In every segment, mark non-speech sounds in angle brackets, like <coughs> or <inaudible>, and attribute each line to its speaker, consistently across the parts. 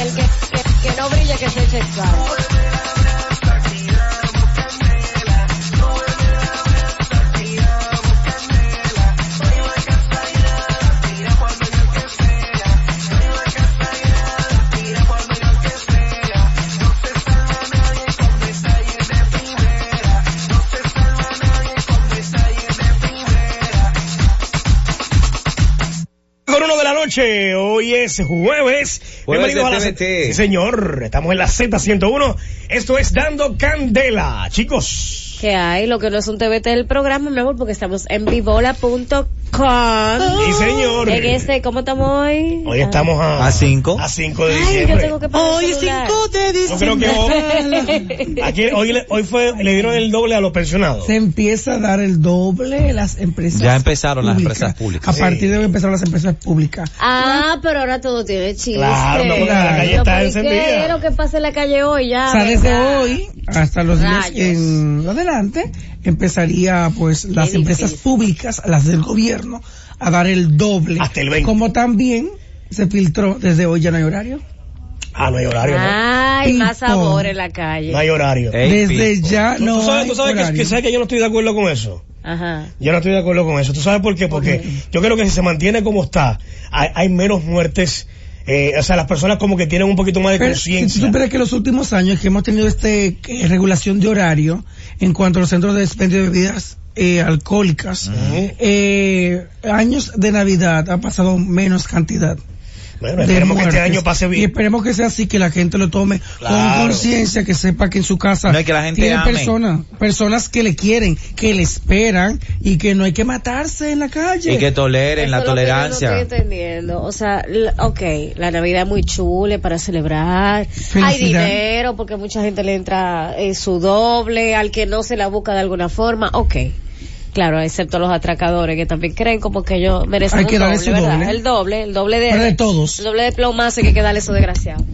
Speaker 1: El que, que- que no brilla, que se eche el carro.
Speaker 2: Con uno de la noche, hoy es jueves.
Speaker 3: Jueves
Speaker 2: Bienvenidos a
Speaker 3: de
Speaker 2: la
Speaker 3: TVT.
Speaker 2: Sí, señor, estamos en la Z101. Esto es Dando Candela, chicos.
Speaker 1: Que hay, lo que no es un TBT del programa, mi amor, porque estamos en vivola.com.
Speaker 2: Sí, señor.
Speaker 1: En este, ¿cómo estamos hoy?
Speaker 2: Hoy estamos a,
Speaker 3: A 5.
Speaker 2: a cinco de
Speaker 1: Ah. Ay, yo
Speaker 2: diciembre.
Speaker 1: tengo que poner Hoy cinco de...
Speaker 2: Yo creo que hoy, aquí- hoy, le- hoy fue, le dieron el doble a los pensionados.
Speaker 4: se empieza a dar el doble en las empresas
Speaker 3: Ya empezaron las empresas públicas.
Speaker 4: a
Speaker 2: Sí.
Speaker 4: partir de hoy empezaron las empresas públicas
Speaker 1: <laughs> Ah, pero ahora todo tiene chiste.
Speaker 2: Claro, no, porque
Speaker 4: la
Speaker 2: calle está
Speaker 1: pero ¿y ¿Qué
Speaker 2: encendida?
Speaker 1: es lo que pasa en la calle hoy ya?
Speaker 4: o sea desde
Speaker 1: Ah, verdad?
Speaker 4: hoy hasta los días
Speaker 1: Rayos.
Speaker 4: en adelante empezaría pues las
Speaker 1: difícil.
Speaker 4: empresas públicas las del gobierno a dar el doble
Speaker 2: Hasta el 20.
Speaker 4: como también se filtró desde hoy ya no hay horario
Speaker 2: Ah, no hay horario, ¿no?
Speaker 1: Ay, más
Speaker 4: Pipo.
Speaker 1: sabor en la calle.
Speaker 2: No hay horario.
Speaker 3: Ey,
Speaker 4: desde
Speaker 3: pico.
Speaker 4: ya
Speaker 2: Tú-
Speaker 4: no
Speaker 2: tú sabes, tú
Speaker 4: hay
Speaker 2: sabes que-
Speaker 4: horario.
Speaker 2: que, sabes que yo no estoy de acuerdo con eso.
Speaker 1: Ajá.
Speaker 2: Yo no estoy de acuerdo con eso. ¿Tú sabes por qué? Porque yo creo que si se mantiene como está, hay, hay menos muertes. eh, o sea, las personas como que tienen un poquito más de
Speaker 4: Pero si tú
Speaker 2: conciencia.
Speaker 4: supieras que los últimos años que hemos tenido este eh, regulación de horario en cuanto a los centros de expendio de bebidas eh, alcohólicas,
Speaker 2: Ujú.
Speaker 4: eh, años de Navidad ha pasado menos cantidad.
Speaker 2: Bueno,
Speaker 4: de
Speaker 2: esperemos que este
Speaker 4: muertes.
Speaker 2: año pase
Speaker 4: Y
Speaker 2: bien.
Speaker 4: esperemos que sea así, que la gente lo tome
Speaker 2: Claro.
Speaker 4: con conciencia, que sepa que en su casa
Speaker 3: No, y que la gente
Speaker 4: tienen
Speaker 3: ame.
Speaker 4: personas, personas que le quieren, que le esperan y que no hay que matarse en la calle.
Speaker 3: Y que toleren la
Speaker 1: Eso es lo que yo
Speaker 3: tolerancia.
Speaker 1: no estoy entendiendo. O sea, l- ok, la Navidad es muy chula es para celebrar. Hay
Speaker 4: Felicidad.
Speaker 1: dinero porque mucha gente le entra eh, su doble, al que no se la busca de alguna forma. Ok. Claro, excepto los atracadores que también creen como que ellos merecen
Speaker 4: Hay que
Speaker 1: un
Speaker 4: darle
Speaker 1: doble,
Speaker 4: su
Speaker 1: ¿verdad?
Speaker 4: doble.
Speaker 1: El doble, el doble de,
Speaker 4: Pero de todos.
Speaker 1: El doble de plomazo hay que darle eso desgraciado.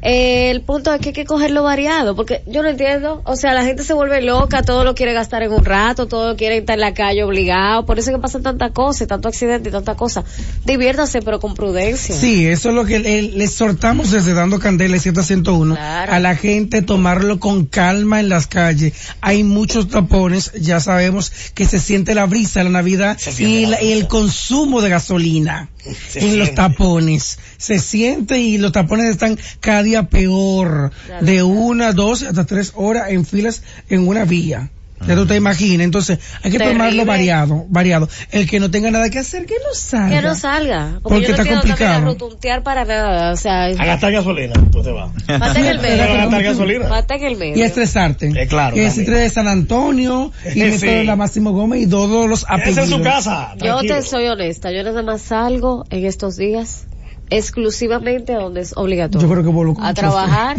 Speaker 1: Eh, el punto es que hay que cogerlo variado, porque yo no entiendo, o sea, la gente se vuelve loca, todo lo quiere gastar en un rato, todo lo quiere estar en la calle obligado, por eso es que pasan tantas cosas, y tanto accidente y tanta cosa. Diviértase, pero con prudencia.
Speaker 4: Sí, eso es lo que le, le exhortamos desde Dando Candela y 101
Speaker 1: Claro.
Speaker 4: a la gente tomarlo con calma en las calles. Hay muchos tapones, ya sabemos que se siente la brisa la Navidad
Speaker 2: Se siente
Speaker 4: y,
Speaker 2: la
Speaker 4: la- y el consumo de gasolina
Speaker 2: <laughs> Se
Speaker 4: en los
Speaker 2: siente.
Speaker 4: tapones. Se siente y los tapones están cada día peor,
Speaker 1: Claro.
Speaker 4: de una, dos, hasta tres horas en filas en una vía. Ya
Speaker 2: Ah.
Speaker 4: tú te imaginas, entonces hay que
Speaker 1: Terrible.
Speaker 4: tomarlo variado, variado. El que no tenga nada que hacer, que no salga.
Speaker 1: Que no salga, porque, yo
Speaker 4: Porque
Speaker 1: no
Speaker 4: está
Speaker 1: quiero también a
Speaker 4: complicado.
Speaker 1: rutuntear para nada, o sea,
Speaker 2: A gastar gasolina, tú te vas.
Speaker 1: mata en el
Speaker 2: Te vas a
Speaker 4: <laughs>
Speaker 1: medio.
Speaker 2: gastar gasolina.
Speaker 1: Mata en el medio.
Speaker 4: y este estresarte.
Speaker 2: Eh, claro,
Speaker 4: Y el
Speaker 2: también.
Speaker 4: estrés de San Antonio, y
Speaker 2: Eh, <laughs>
Speaker 4: de
Speaker 2: sí.
Speaker 4: toda la Máximo Gómez y todos los apellidos.
Speaker 2: Esa es su casa.
Speaker 1: Yo
Speaker 2: tranquilo.
Speaker 1: te soy honesta, yo nada más salgo en estos días exclusivamente a donde es obligatorio.
Speaker 4: Yo creo que vuelvo con
Speaker 1: A
Speaker 4: el
Speaker 1: trabajar,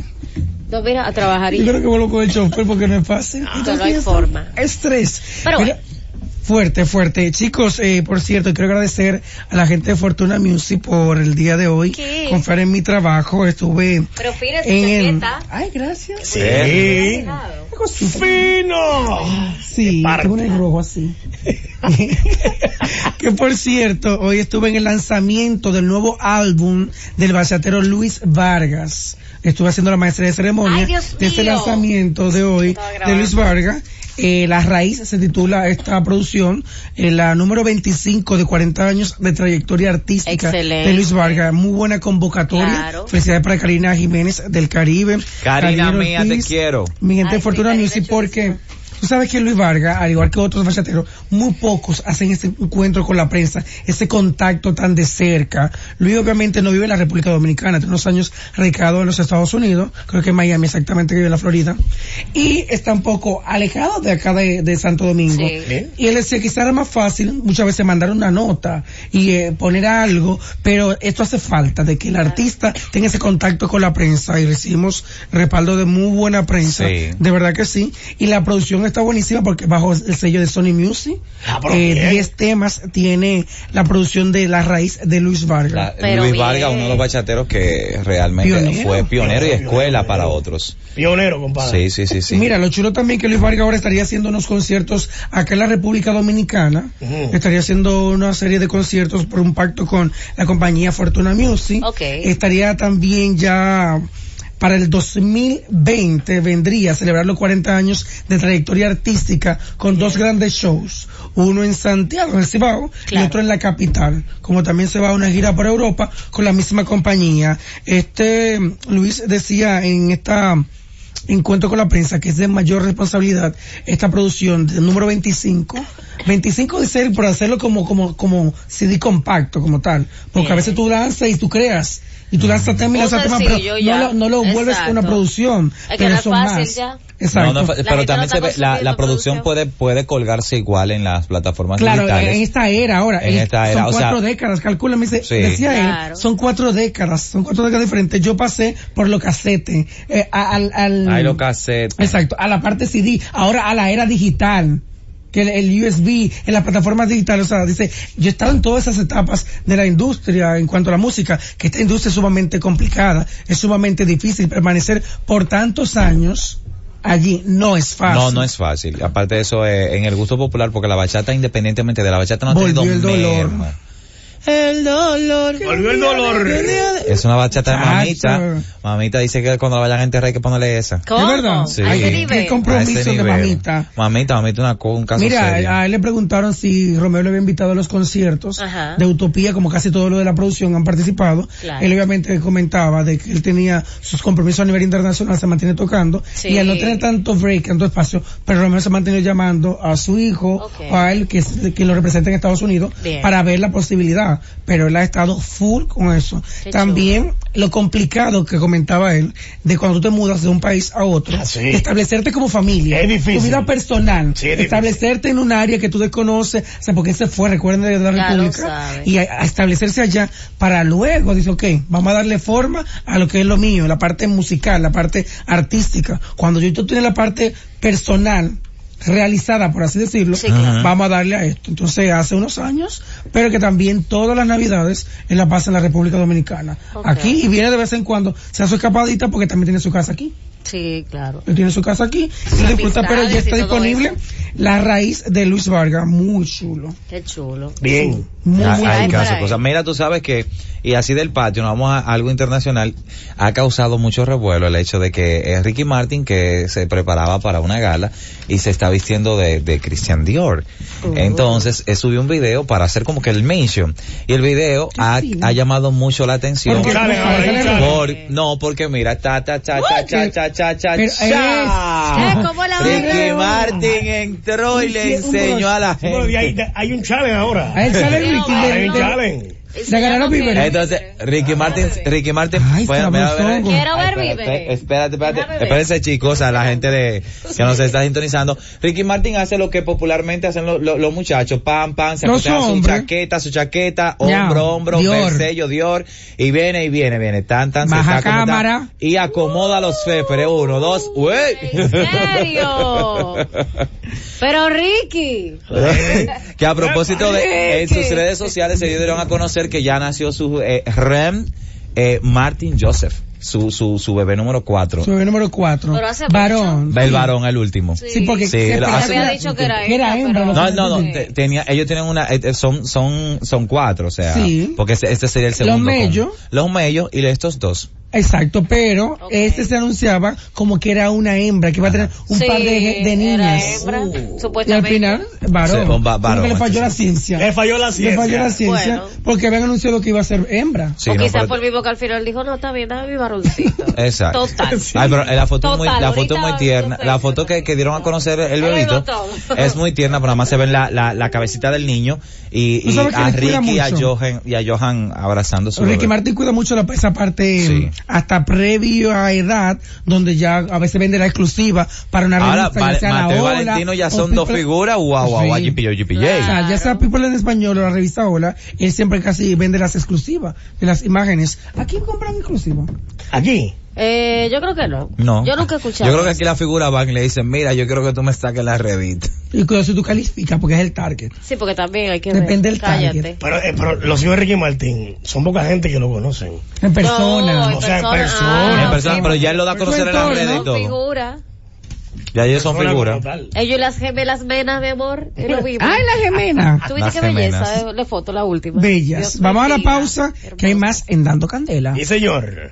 Speaker 1: no mira, a trabajar y
Speaker 4: Yo creo que vuelvo con el chofer porque no es fácil.
Speaker 1: Ah, no, no hay
Speaker 4: Entonces,
Speaker 1: forma.
Speaker 4: Estrés.
Speaker 1: Pero bueno.
Speaker 4: Fuerte, fuerte. Chicos, eh, por cierto, quiero agradecer a la gente de Fortuna Music por el día de hoy.
Speaker 1: ¿Qué?
Speaker 4: Confiar en mi trabajo. Estuve
Speaker 1: Pero fíjate,
Speaker 4: en el...
Speaker 1: chaqueta.
Speaker 4: Ay, gracias.
Speaker 2: Sí.
Speaker 3: Sí.
Speaker 4: cosita.
Speaker 2: ¡Fino!
Speaker 4: Ah, Sí,
Speaker 2: Te
Speaker 4: tengo el
Speaker 2: parte.
Speaker 4: rojo así. <laughs> que por cierto, hoy estuve en el lanzamiento del nuevo álbum del bachatero Luis Vargas. Estuve haciendo la maestría de ceremonia
Speaker 1: Ay, Dios
Speaker 4: de este
Speaker 1: mío.
Speaker 4: lanzamiento de hoy
Speaker 1: Estaba
Speaker 4: de
Speaker 1: grabando.
Speaker 4: Luis Vargas. Eh, la raíz se titula esta producción, eh, la número 25 de 40 años de trayectoria artística
Speaker 1: Excelente.
Speaker 4: de Luis Vargas. Muy buena convocatoria.
Speaker 1: Claro.
Speaker 4: Felicidades para Karina Jiménez del Caribe.
Speaker 3: Karina mía, te
Speaker 4: Ortiz,
Speaker 3: quiero.
Speaker 4: Mi gente
Speaker 1: Ay,
Speaker 4: de
Speaker 1: sí,
Speaker 4: Fortuna
Speaker 1: Karina
Speaker 4: Music
Speaker 1: es
Speaker 4: porque tú sabes que Luis Vargas, al igual que otros bachateros, muy pocos hacen este encuentro con la prensa, ese contacto tan de cerca. Luis obviamente no vive en la República Dominicana, tiene unos años radicado en los Estados Unidos, creo que en Miami exactamente, que vive en la Florida, y está un poco alejado de acá de, de Santo Domingo.
Speaker 1: Sí.
Speaker 2: Bien.
Speaker 4: Y él decía, quizá era más fácil muchas veces mandar una nota y eh, poner algo, pero esto hace falta, de que el artista tenga ese contacto con la prensa y recibimos respaldo de muy buena prensa,
Speaker 3: Sí.
Speaker 4: de verdad que sí. Y la producción está buenísima porque bajo el sello de Sony Music,
Speaker 2: Ah, pero
Speaker 4: eh,
Speaker 2: bien.
Speaker 4: 10 temas tiene la producción de La Raíz de Luis Vargas.
Speaker 3: La-
Speaker 1: Pero
Speaker 3: Luis
Speaker 1: bien.
Speaker 3: Vargas, uno de los bachateros que realmente
Speaker 4: Pionero.
Speaker 3: fue pionero y
Speaker 2: Pionero,
Speaker 3: escuela
Speaker 2: pionero.
Speaker 3: para otros.
Speaker 2: Pionero, compadre.
Speaker 3: Sí, sí, sí, sí.
Speaker 4: Mira, lo chulo también que Luis Vargas ahora estaría haciendo unos conciertos acá en la República Dominicana.
Speaker 2: Ujú.
Speaker 4: Estaría haciendo una serie de conciertos por un pacto con la compañía Fortuna Music.
Speaker 1: Ok.
Speaker 4: Estaría también ya para el 2020 vendría a celebrar los 40 años de trayectoria artística con dos grandes shows, uno en Santiago, en el Cibao, y
Speaker 1: Claro.
Speaker 4: otro en la capital, como también se va a una gira por Europa con la misma compañía. Este Luis decía en esta encuentro con la prensa, que es de mayor responsabilidad esta producción del número 25. 25 de ser por hacerlo como, como, como CD compacto, como tal. Porque a veces tú lanzas y tú creas. Y tú lanzas temas y
Speaker 1: Un
Speaker 4: lanzas temas, pero
Speaker 1: sencillo
Speaker 4: no
Speaker 1: ya.
Speaker 4: lo, no lo vuelves
Speaker 1: Exacto.
Speaker 4: una producción.
Speaker 1: Es que
Speaker 4: pero
Speaker 1: no es
Speaker 4: son
Speaker 1: fácil
Speaker 4: más.
Speaker 1: ya.
Speaker 4: Exacto.
Speaker 3: No, no,
Speaker 1: gente
Speaker 3: pero
Speaker 1: no
Speaker 3: también
Speaker 1: está
Speaker 3: se ve, la,
Speaker 1: consumiendo
Speaker 3: la producción
Speaker 1: producción.
Speaker 3: puede, puede colgarse igual en las plataformas
Speaker 4: Claro,
Speaker 3: digitales.
Speaker 4: en esta era ahora.
Speaker 3: En
Speaker 4: eh,
Speaker 3: esta era,
Speaker 4: son
Speaker 3: o sea-
Speaker 4: cuatro décadas, calcula, me dice,
Speaker 3: Sí.
Speaker 4: decía
Speaker 1: Claro.
Speaker 4: él, son cuatro décadas, son cuatro décadas diferentes. Yo pasé por lo casete, eh, a- al, al...
Speaker 3: Ay, lo cassette.
Speaker 4: Exacto, a la parte CD, ahora a la era digital, que el, el USB, en las plataformas digitales, o sea, dice, yo he estado en todas esas etapas de la industria en cuanto a la música, que esta industria es sumamente complicada, es sumamente difícil permanecer por tantos años allí, no es fácil.
Speaker 3: No, no es fácil. Aparte de eso, eh, en el gusto popular, porque la bachata, independientemente de la bachata, no ha
Speaker 4: Volvió
Speaker 3: tenido
Speaker 4: el dolor.
Speaker 3: merma.
Speaker 4: El dolor.
Speaker 2: Volvió el dolor.
Speaker 3: Es una bachata de mamita.
Speaker 4: Chacho.
Speaker 3: Mamita dice que cuando la vayan a enterrar hay que ponerle esa.
Speaker 1: ¿Cómo?
Speaker 4: ¿De verdad?
Speaker 3: Sí.
Speaker 1: ¿A ese
Speaker 3: Qué
Speaker 4: Qué
Speaker 1: nivel?
Speaker 4: compromiso
Speaker 3: A ese
Speaker 4: de
Speaker 3: nivel.
Speaker 4: mamita.
Speaker 3: Mamita, mamita, una, co- un caso
Speaker 4: Mira,
Speaker 3: serio.
Speaker 4: a él le preguntaron si Romeo le había invitado a los conciertos
Speaker 1: Ajá.
Speaker 4: de Utopía, como casi todo lo de la producción han participado.
Speaker 1: Claro.
Speaker 4: Él obviamente comentaba de que él tenía sus compromisos a nivel internacional, se mantiene tocando
Speaker 1: Sí.
Speaker 4: y al no tener tanto break, tanto espacio, pero Romeo se ha mantenido llamando a su hijo
Speaker 1: Ok.
Speaker 4: o a él que, es- que lo representa en Estados Unidos
Speaker 1: Bien.
Speaker 4: para ver la posibilidad, pero él ha estado full con eso.
Speaker 1: Qué
Speaker 4: También lo complicado que comentaba él de cuando tú te mudas de un país a otro,
Speaker 2: Ah, sí.
Speaker 4: establecerte como familia,
Speaker 2: Es difícil.
Speaker 4: tu vida personal,
Speaker 2: Sí, es difícil.
Speaker 4: establecerte en un área que tú desconoces, o sea, porque se fue, recuerden de
Speaker 1: Ya
Speaker 4: la
Speaker 1: lo
Speaker 4: República,
Speaker 1: sabe.
Speaker 4: y a, a establecerse allá para luego, dice, ok, vamos a darle forma a lo que es lo mío, la parte musical, la parte artística. Cuando yo tú tienes la parte personal realizada, por así decirlo,
Speaker 1: Sí, claro.
Speaker 4: vamos a darle a esto. Entonces, hace unos años, pero que también todas las navidades él la pasa en la República Dominicana.
Speaker 1: Ok.
Speaker 4: Aquí, y viene de vez en cuando, se hace su escapadita porque también tiene su casa aquí.
Speaker 1: Sí, claro.
Speaker 4: Él tiene su casa aquí, y disfruta, pero ya
Speaker 1: amistades
Speaker 4: está
Speaker 1: y todo
Speaker 4: disponible
Speaker 1: eso.
Speaker 4: La Raíz de Luis Vargas, muy chulo.
Speaker 1: Qué chulo.
Speaker 2: Bien.
Speaker 4: Muy,
Speaker 3: Ah,
Speaker 4: muy chulo.
Speaker 3: hay
Speaker 1: para
Speaker 3: casos,
Speaker 1: ahí.
Speaker 3: cosas. Mira, tú sabes que, y así del patio, nos vamos a algo internacional, ha causado mucho revuelo el hecho de que eh, Ricky Martin, que se preparaba para una gala y se está vistiendo de, de Christian Dior.
Speaker 1: Oh.
Speaker 3: Entonces, eh, subió un video para hacer como que el mention. Y el video ha,
Speaker 4: fino.
Speaker 3: ha llamado mucho la atención.
Speaker 4: Porque-
Speaker 2: Dale, ahora, dale.
Speaker 3: Por- no, porque mira, cha, cha, cha, cha, cha, cha, cha, cha,
Speaker 4: Pero es-
Speaker 3: cha.
Speaker 1: Eh, ¿cómo la
Speaker 3: Ricky
Speaker 1: baila?
Speaker 3: Martin entró y le
Speaker 4: Hicieron
Speaker 3: enseñó a la
Speaker 2: Bueno, y
Speaker 3: gente.
Speaker 2: hay, hay un challenge ahora.
Speaker 4: A él sale el wiki
Speaker 2: Hay un
Speaker 4: de- de-
Speaker 2: challenge.
Speaker 4: Le ganaron víveres.
Speaker 3: Entonces, Ricky Martin, Ricky Martin,
Speaker 4: Ay, sabrosongo.
Speaker 1: Quiero ver
Speaker 3: Ay,
Speaker 1: víveres.
Speaker 3: Espérate, espérate,
Speaker 1: Déjame
Speaker 3: espérate.
Speaker 1: ver.
Speaker 3: Espérense chicos, a la gente de, que nos está sintonizando. Ricky Martin hace lo que popularmente hacen lo- lo- los muchachos, pam, pam, se
Speaker 4: Los
Speaker 3: acostumbran su
Speaker 4: hombres.
Speaker 3: chaqueta, su chaqueta,
Speaker 4: Ya,
Speaker 3: hombro, hombro,
Speaker 4: Dior.
Speaker 3: sello, Dior, y viene, y viene, viene, tan, tan, se
Speaker 4: Baja
Speaker 3: está como está,
Speaker 4: cámara.
Speaker 3: y acomoda los féperes, uno, dos, uy.
Speaker 1: ¿En serio? Pero Ricky.
Speaker 3: que a propósito de en sus redes sociales se dieron a conocer que ya nació su eh, Rem eh, Martin Joseph. su, su, su bebé número 4.
Speaker 4: Su bebé número 4.
Speaker 1: Pero hace
Speaker 4: varón.
Speaker 3: El varón, el último.
Speaker 4: Sí, porque
Speaker 3: Sí,
Speaker 4: se
Speaker 3: lo
Speaker 4: esperaba
Speaker 3: hace-
Speaker 4: que era-
Speaker 1: Había dicho que era
Speaker 4: que
Speaker 1: hembra,
Speaker 4: hembra,
Speaker 1: pero-
Speaker 4: lo
Speaker 3: No,
Speaker 4: que
Speaker 3: no, no,
Speaker 4: entendí.
Speaker 3: te- tenía, ellos tienen una, eh, eh, son, son, son cuatro, o sea,
Speaker 4: Sí.
Speaker 3: porque este, este sería el segundo. con-
Speaker 4: mellos.
Speaker 3: Los mellos y estos dos.
Speaker 4: Exacto, pero
Speaker 1: Ok.
Speaker 4: este se anunciaba como que era una hembra, que iba a tener un
Speaker 1: Sí,
Speaker 4: par de, de
Speaker 1: era
Speaker 4: niñas. Uh.
Speaker 1: hembra,
Speaker 4: Y al
Speaker 1: supuestamente.
Speaker 4: final, varón.
Speaker 3: Sí, un va-
Speaker 4: Como
Speaker 3: varón,
Speaker 4: que le falló la ciencia.
Speaker 2: Le falló la
Speaker 4: Le
Speaker 2: ciencia.
Speaker 4: falló la ciencia
Speaker 1: Bueno.
Speaker 4: porque habían anunciado que iba a ser hembra.
Speaker 3: Sí,
Speaker 1: o
Speaker 3: no,
Speaker 1: quizás
Speaker 3: pero-
Speaker 1: por vivo que al final dijo, no, está bien, dame mi varoncito.
Speaker 3: <laughs> Exacto.
Speaker 1: Total.
Speaker 3: Ay, pero eh, la foto es muy,
Speaker 1: Total,
Speaker 3: la foto es
Speaker 1: ahorita
Speaker 3: muy tierna.
Speaker 1: no sé.
Speaker 3: La foto que, que dieron a conocer el
Speaker 1: Ahora hay
Speaker 3: bebito
Speaker 1: botón.
Speaker 3: es muy tierna, pero además se ven la, la, la cabecita del niño y,
Speaker 4: Tú
Speaker 3: y
Speaker 4: sabes que
Speaker 3: a
Speaker 4: les cuida
Speaker 3: Ricky y a
Speaker 4: mucho.
Speaker 3: Johan, y a Johan abrazando su
Speaker 4: Ricky
Speaker 3: bebé.
Speaker 4: Martin cuida mucho la, esa parte
Speaker 3: Sí.
Speaker 4: hasta previo a edad, donde ya a veces vende la exclusiva para una
Speaker 3: Ahora,
Speaker 4: revista, ya
Speaker 3: Vale-
Speaker 4: sea La
Speaker 3: Mateo y
Speaker 4: Ola,
Speaker 3: Valentino ya
Speaker 4: o
Speaker 3: son dos
Speaker 4: People-
Speaker 3: figuras, guau, guau, guau,
Speaker 4: Sí.
Speaker 3: GPJ, GPJ.
Speaker 4: O sea, ya sea People en Español o la revista Hola, él siempre casi vende las exclusivas de las imágenes. ¿A quién compran exclusiva?
Speaker 2: Aquí.
Speaker 1: Eh, yo creo que no.
Speaker 3: No.
Speaker 1: Yo nunca he escuchado.
Speaker 3: Yo creo que aquí la figura van y le dicen, mira, yo quiero que tú me saques la revista.
Speaker 4: Y cuidado si tú calificas, porque es el target.
Speaker 1: Sí, porque también hay que
Speaker 4: Depende
Speaker 1: ver.
Speaker 4: del
Speaker 1: Cállate.
Speaker 4: target.
Speaker 2: Pero, eh, pero los hijos de Ricky Martin son poca gente que lo conocen.
Speaker 4: En persona.
Speaker 1: No,
Speaker 2: O sea, en
Speaker 1: Ah,
Speaker 2: persona.
Speaker 3: En
Speaker 1: ok.
Speaker 3: persona, pero ya él lo
Speaker 1: Pues
Speaker 3: da a conocer en las
Speaker 4: Entorno,
Speaker 3: redes y todo.
Speaker 1: Figura.
Speaker 3: Ya ellos son
Speaker 2: Persona
Speaker 3: figuras.
Speaker 2: como tal.
Speaker 1: Ellos y las gemelas menas, mi amor. es lo mismo.
Speaker 4: ¡Ay, la gemena!
Speaker 1: ¿Tú
Speaker 3: Las
Speaker 1: viste qué belleza
Speaker 3: gemelas.
Speaker 1: eh, la foto, la última?
Speaker 4: Bellas.
Speaker 1: Dios
Speaker 4: Vamos a la
Speaker 1: bendiga.
Speaker 4: pausa, que hay
Speaker 1: Hermoso.
Speaker 4: más en Dando Candela.
Speaker 2: Y señor.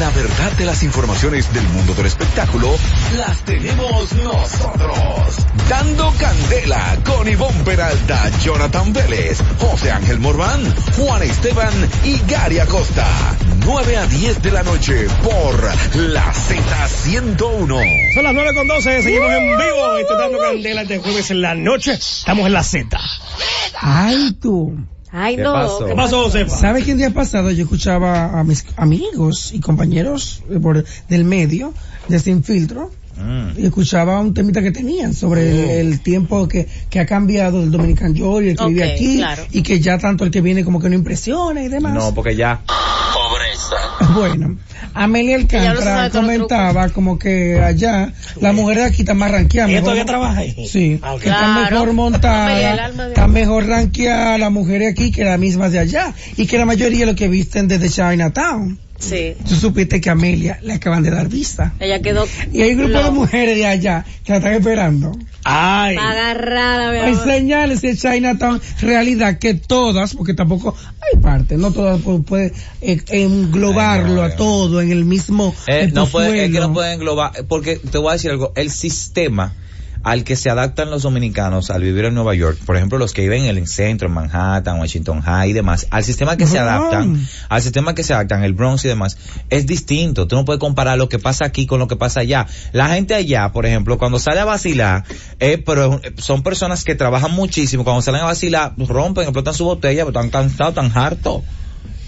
Speaker 5: La verdad de las informaciones del mundo del espectáculo las tenemos nosotros. Dando candela con Ivonne Peralta, Jonathan Vélez, José Ángel Morván, Juan Esteban y Gary Acosta. 9 a 10 de la noche por la Z101.
Speaker 2: Son las 9 con 12, seguimos en vivo. Esto es dando candela este jueves en la noche. Estamos en la Z.
Speaker 4: ¡Ay, tú!
Speaker 1: Ay,
Speaker 3: ¿Qué
Speaker 1: no.
Speaker 3: pasó?
Speaker 2: ¿Qué pasó, Josefa?
Speaker 4: ¿Sabe que el día pasado yo escuchaba a mis amigos y compañeros eh, por- del medio, de Sin Filtro,
Speaker 3: Mm.
Speaker 4: y escuchaba un temita que tenían sobre el, el tiempo que, que ha cambiado el Dominican Joy, el que vive
Speaker 1: Oh. Ok,
Speaker 4: aquí,
Speaker 1: claro.
Speaker 4: y que ya tanto el que viene como que no impresiona y demás.
Speaker 3: No, porque ya.
Speaker 4: <laughs> Bueno, Amelia
Speaker 1: ya no se
Speaker 4: Alcántara
Speaker 1: sabe con los
Speaker 4: comentaba como que allá la mujer de aquí está más ranqueada.
Speaker 2: ¿Ella
Speaker 4: mejor-
Speaker 2: todavía trabaja ahí?
Speaker 4: Sí,
Speaker 2: Ah, ok.
Speaker 4: que está
Speaker 1: Claro.
Speaker 4: mejor
Speaker 1: Amelia, el alma
Speaker 4: montada,
Speaker 1: de
Speaker 4: está
Speaker 1: Dios.
Speaker 4: mejor ranqueada la mujer de aquí que las mismas de allá y que la mayoría lo que visten desde Chinatown.
Speaker 1: Sí.
Speaker 4: Tú supiste que a Amelia le acaban de dar vista.
Speaker 1: Ella quedó.
Speaker 4: Y hay un grupo de
Speaker 1: loca.
Speaker 4: mujeres de allá que la están esperando.
Speaker 2: Ay.
Speaker 1: Agarrada, mi
Speaker 4: Hay
Speaker 1: amor.
Speaker 4: señales de Chinatown, realidad que todas, porque tampoco hay parte, no todas pu- puede eh, englobarlo
Speaker 3: Ay, no,
Speaker 4: a todo en el mismo.
Speaker 3: Eh, no puede, es que
Speaker 4: tepozuelo.
Speaker 3: no puede englobar, eh, porque te voy a decir algo, el sistema al que se adaptan los dominicanos al vivir en Nueva York, por ejemplo, los que viven en el centro, en Manhattan, Washington High y demás, al sistema que se
Speaker 4: Bronx.
Speaker 3: adaptan, al sistema que se adaptan, el Bronx y demás, es distinto. Tú no puedes comparar lo que pasa aquí con lo que pasa allá. La gente allá, por ejemplo, cuando sale a vacilar, eh, pero eh, son personas que trabajan muchísimo. Cuando salen a vacilar, rompen, explotan su botella, pero están cansados, tan hartos.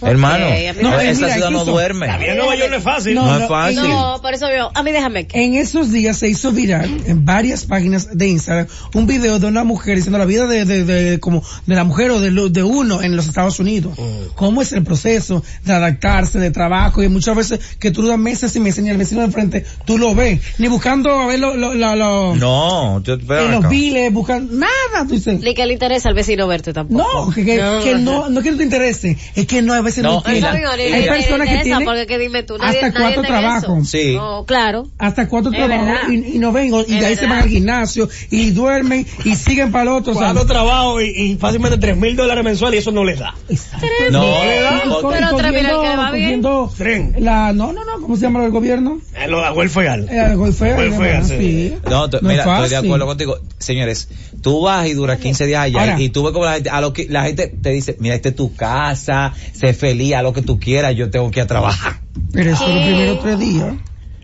Speaker 3: Hermano,
Speaker 1: a mí
Speaker 4: No, eh,
Speaker 3: esa
Speaker 4: mira,
Speaker 3: ciudad no
Speaker 4: incluso-
Speaker 3: duerme.
Speaker 2: La vida en Nueva York no es fácil.
Speaker 4: No,
Speaker 3: No, es fácil.
Speaker 1: No, por eso yo. A mí déjame aquí.
Speaker 4: En esos días se hizo viral en varias páginas de Instagram un video de una mujer diciendo la vida de, de, de- como de la mujer o de, lo- de uno en los Estados Unidos.
Speaker 3: Mm.
Speaker 4: Cómo es el proceso de adaptarse, de trabajo y muchas veces que tú duras meses y meses y el vecino de enfrente tú lo ves ni buscando a ver lo, lo- lo- lo-
Speaker 3: No, yo espera
Speaker 4: en los
Speaker 3: acá.
Speaker 4: biles, buscando nada, tú dices.
Speaker 1: Ni que le interesa al vecino verte tampoco.
Speaker 4: No, que, que- que no, no es que no te interese, es que no, a veces no,
Speaker 3: No,
Speaker 4: tiene.
Speaker 3: y la-
Speaker 1: Está bien,
Speaker 3: y
Speaker 1: Ariel,
Speaker 4: Hay
Speaker 3: la-
Speaker 1: nadie
Speaker 4: personas
Speaker 1: le
Speaker 4: que
Speaker 1: interesa,
Speaker 4: tienen
Speaker 1: porque que dime tú, nadie,
Speaker 4: hasta
Speaker 1: nadie
Speaker 4: cuatro
Speaker 1: tiene eso.
Speaker 4: trabajos.
Speaker 3: Sí.
Speaker 1: No, claro.
Speaker 4: hasta cuatro
Speaker 1: Es
Speaker 4: trabajos
Speaker 1: verdad.
Speaker 4: y, y no ven, o- y
Speaker 1: Es
Speaker 4: de ahí se van
Speaker 1: verdad.
Speaker 4: al gimnasio y duermen y siguen para el otro. o sea,
Speaker 2: Cuando trabajo y, y fácilmente tres mil dólares mensuales y eso no les da.
Speaker 4: exacto.
Speaker 3: No,
Speaker 4: Y
Speaker 3: no,
Speaker 4: co-
Speaker 1: Pero
Speaker 4: y
Speaker 1: otra vez el que le va bien.
Speaker 4: cogiendo
Speaker 2: Tren.
Speaker 4: la, no, no, no, ¿cómo se llama el gobierno?
Speaker 2: Eh, Lo de Agüel Fegal.
Speaker 4: Eh, El golfeo.
Speaker 2: Golfeo,
Speaker 4: bueno,
Speaker 2: sí.
Speaker 4: sí.
Speaker 3: no, t-
Speaker 4: No es
Speaker 3: mira, estoy de
Speaker 4: fácil.
Speaker 3: acuerdo contigo. Señores, tú vas y duras 15 días allá
Speaker 4: Ahora.
Speaker 3: y tú ves como la gente, a lo que, la gente te dice, mira, esta es tu casa, sé feliz, a lo que tú quieras, yo tengo que ir a trabajar.
Speaker 4: Pero eso es
Speaker 1: Sí.
Speaker 4: los primeros tres días.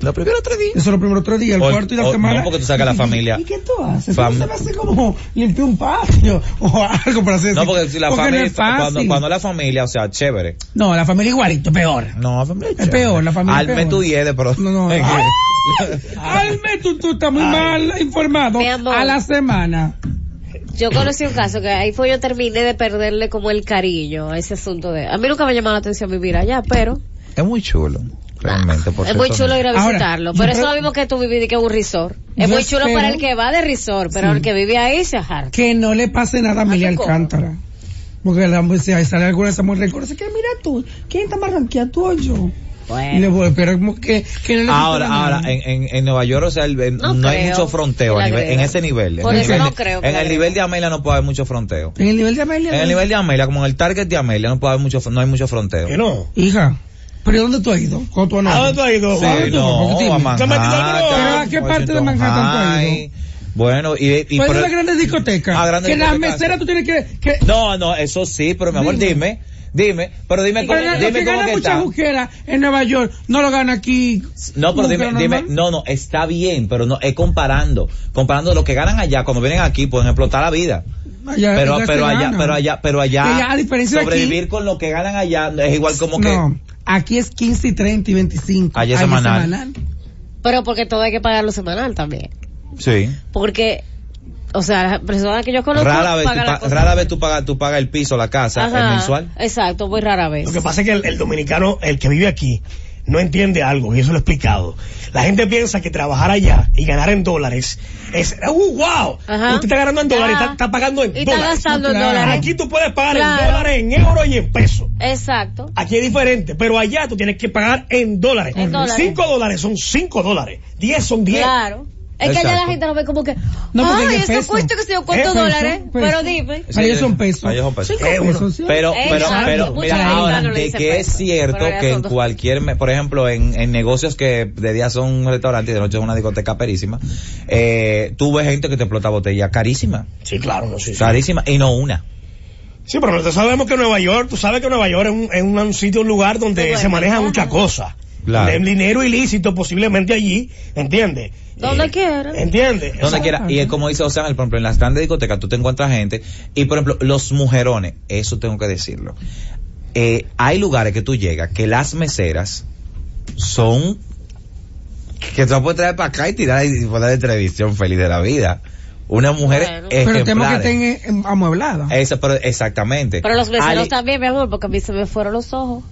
Speaker 3: Los primeros tres días.
Speaker 4: Eso es los primeros tres días, el
Speaker 3: O-
Speaker 4: cuarto y la
Speaker 3: o-
Speaker 4: semana.
Speaker 3: no, porque tú sacas la
Speaker 4: ¿Y- y-
Speaker 3: familia.
Speaker 4: ¿Y qué tú haces?
Speaker 3: Fam-
Speaker 4: Tú se me hace como limpiar un patio o algo para hacer
Speaker 3: No, porque si la
Speaker 4: no
Speaker 3: familia,
Speaker 4: es fácil.
Speaker 3: cuando, cuando la familia, o sea, chévere.
Speaker 4: No, la familia igualito, peor.
Speaker 3: No, la familia
Speaker 4: Es peor, la familia es
Speaker 3: Alme
Speaker 4: peor.
Speaker 3: tu 10 de pronto.
Speaker 4: No, no,
Speaker 3: <laughs> Es que-
Speaker 4: ay, Alme, tú, tú estás muy mal informado.
Speaker 1: Mi amor.
Speaker 4: A la semana.
Speaker 1: Yo conocí un caso que ahí fue yo terminé de perderle como el cariño a ese asunto de... A mí nunca me ha llamado la atención vivir allá, pero...
Speaker 3: Es muy chulo, realmente. por
Speaker 1: es
Speaker 3: ser
Speaker 1: muy
Speaker 3: sonido.
Speaker 1: chulo ir a
Speaker 4: Ahora,
Speaker 1: visitarlo,
Speaker 4: yo
Speaker 1: pero eso es
Speaker 4: creo-
Speaker 1: lo mismo que tú vivir que un resort. Es
Speaker 4: Yo
Speaker 1: muy chulo para
Speaker 4: espero-
Speaker 1: el que va de resort, pero
Speaker 4: Sí.
Speaker 1: el que vive ahí se ajarta.
Speaker 4: Que no le pase nada a Amelia
Speaker 1: ¿cómo?
Speaker 4: Alcántara. Porque la música ahí sale alguna de esas mujeres recorre, que mira tú, ¿quién está más ranqueada tú o yo? Y le
Speaker 1: Bueno.
Speaker 4: voy, pero como que, que no le
Speaker 3: Ahora,
Speaker 4: pase nada.
Speaker 3: ahora, en, en, en Nueva York, o sea, el- el- no,
Speaker 1: No
Speaker 3: hay
Speaker 1: creo
Speaker 3: mucho fronteo
Speaker 1: que
Speaker 3: a
Speaker 1: la
Speaker 3: nivel- en
Speaker 1: agreguen.
Speaker 3: ese nivel.
Speaker 1: Por
Speaker 3: en
Speaker 1: eso
Speaker 3: el
Speaker 1: no
Speaker 3: nivel-
Speaker 1: creo que
Speaker 3: En
Speaker 1: la
Speaker 3: el nivel de Amelia no puede haber mucho fronteo.
Speaker 4: En el nivel de Amelia.
Speaker 3: En el nivel de Amelia, como en el target de Amelia, no puede haber mucho, no hay mucho fronteo.
Speaker 2: Que no.
Speaker 4: Hija, ¿pero dónde tú has ido? ¿Con tu
Speaker 2: ¿A dónde tú has ido,
Speaker 3: Sí,
Speaker 2: Juan?
Speaker 3: no,
Speaker 4: Porque
Speaker 3: a
Speaker 4: dime,
Speaker 2: ¿te has metido al
Speaker 3: Manhattan, pues,
Speaker 2: Bronx?
Speaker 4: Pero, ¿a qué parte de
Speaker 3: Washington
Speaker 4: Manhattan tú has ido?
Speaker 3: High. Bueno, y, y
Speaker 4: ¿Cuál
Speaker 3: pero-
Speaker 4: Pues, es la grande discoteca?
Speaker 3: Ah, grandes
Speaker 4: que las
Speaker 3: discotecas.
Speaker 4: meseras tú tienes que... que
Speaker 3: No, no, eso sí, pero mi amor, dime, dime, pero dime cómo,
Speaker 4: pero la- lo
Speaker 3: dime
Speaker 4: que
Speaker 3: cómo
Speaker 4: gana
Speaker 3: que
Speaker 4: mucha
Speaker 3: está.
Speaker 4: juquera en Nueva York no lo gana aquí.
Speaker 3: No, pero
Speaker 4: un
Speaker 3: dime,
Speaker 4: juquero
Speaker 3: dime,
Speaker 4: normal.
Speaker 3: no, no, está bien, pero no, es comparando, comparando lo que ganan allá, cuando vienen aquí pueden explotar la vida.
Speaker 4: Allá-
Speaker 3: Pero,
Speaker 4: allá
Speaker 3: pero
Speaker 4: se
Speaker 3: allá,
Speaker 4: gana.
Speaker 3: pero allá, pero
Speaker 4: Que
Speaker 3: allá,
Speaker 4: ya, a diferencia de aquí-
Speaker 3: sobrevivir con lo que ganan allá es igual como que,
Speaker 4: No, aquí es 15 y 30 y 25.
Speaker 3: Allá es semanal.
Speaker 1: Pero porque todo hay que pagarlo semanal también.
Speaker 3: sí.
Speaker 1: Porque, o sea, las personas que yo conozco...
Speaker 3: Rara vez, tú,
Speaker 1: pagan
Speaker 3: pa-
Speaker 1: las cosas.
Speaker 3: rara vez tú pagas, tú pagas el piso, la casa,
Speaker 1: Ajá,
Speaker 3: el mensual.
Speaker 1: Exacto, muy rara vez.
Speaker 2: Lo que pasa es que el, el dominicano, el que vive aquí, no entiende algo, y eso lo he explicado. La gente piensa que trabajar allá y ganar en dólares es, ¡uh, wow!
Speaker 1: Ajá.
Speaker 2: Usted está ganando en
Speaker 1: Ya.
Speaker 2: dólares, está, está pagando en
Speaker 1: Y está
Speaker 2: dólares.
Speaker 1: gastando en
Speaker 4: Claro.
Speaker 1: dólares.
Speaker 2: Aquí tú puedes pagar
Speaker 1: Claro.
Speaker 2: en dólares, en euros y en pesos.
Speaker 1: Exacto.
Speaker 2: Aquí es diferente, pero allá tú tienes que pagar en dólares.
Speaker 1: En dólares.
Speaker 2: Cinco dólares son cinco dólares. Diez son diez.
Speaker 1: Claro. Es que allá
Speaker 3: Exacto.
Speaker 1: la gente lo ve como que,
Speaker 4: No, porque
Speaker 1: ay,
Speaker 4: en
Speaker 1: eso
Speaker 4: peso.
Speaker 1: cuesta que se yo cuántos
Speaker 2: Peso,
Speaker 1: dólares,
Speaker 4: peso.
Speaker 1: pero dime.
Speaker 3: Sí,
Speaker 4: Allá
Speaker 3: sí,
Speaker 4: son pesos.
Speaker 3: allá son pesos.
Speaker 4: Cinco
Speaker 2: Euros.
Speaker 4: pesos, ¿sí?
Speaker 3: Eh, Pero, pero,
Speaker 1: Exacto.
Speaker 3: pero,
Speaker 1: Mucha
Speaker 3: mira,
Speaker 1: gente
Speaker 3: ahora,
Speaker 1: no le
Speaker 3: de
Speaker 1: dice
Speaker 3: que es
Speaker 1: peso,
Speaker 3: cierto
Speaker 1: pero ya
Speaker 3: que en
Speaker 1: son dos.
Speaker 3: cualquier, me- por ejemplo, en, en negocios que de día son un restaurante y de noche es una discoteca perísima, eh, tú ves gente que te explota botella carísima,
Speaker 2: Sí, claro, no, sí, sí.
Speaker 3: carísima, y no una.
Speaker 2: Sí, pero nosotros sabemos que Nueva York, tú sabes que Nueva York es un, es un- un sitio, un lugar donde
Speaker 1: Bueno,
Speaker 2: se maneja
Speaker 1: claro.
Speaker 2: muchas cosas.
Speaker 3: Claro.
Speaker 2: El dinero ilícito posiblemente allí, ¿entiendes?
Speaker 1: Donde quiera.
Speaker 2: ¿Entiendes?
Speaker 3: Donde quiera. Y es como dice Osama, por ejemplo, en las grandes discotecas tú te encuentras gente, y por ejemplo, los mujerones, eso tengo que decirlo. Eh, hay lugares que tú llegas que las meseras son que tú las puedes traer para acá y tirar y poner de televisión feliz de la vida. Una mujer
Speaker 1: Bueno.
Speaker 4: Pero el tema que
Speaker 3: ejemplar.
Speaker 4: estén eh, amuebladas.
Speaker 3: Esa, pero exactamente.
Speaker 1: Pero los meseros
Speaker 3: Hay-
Speaker 1: también, mi amor, porque a mí se me fueron los ojos.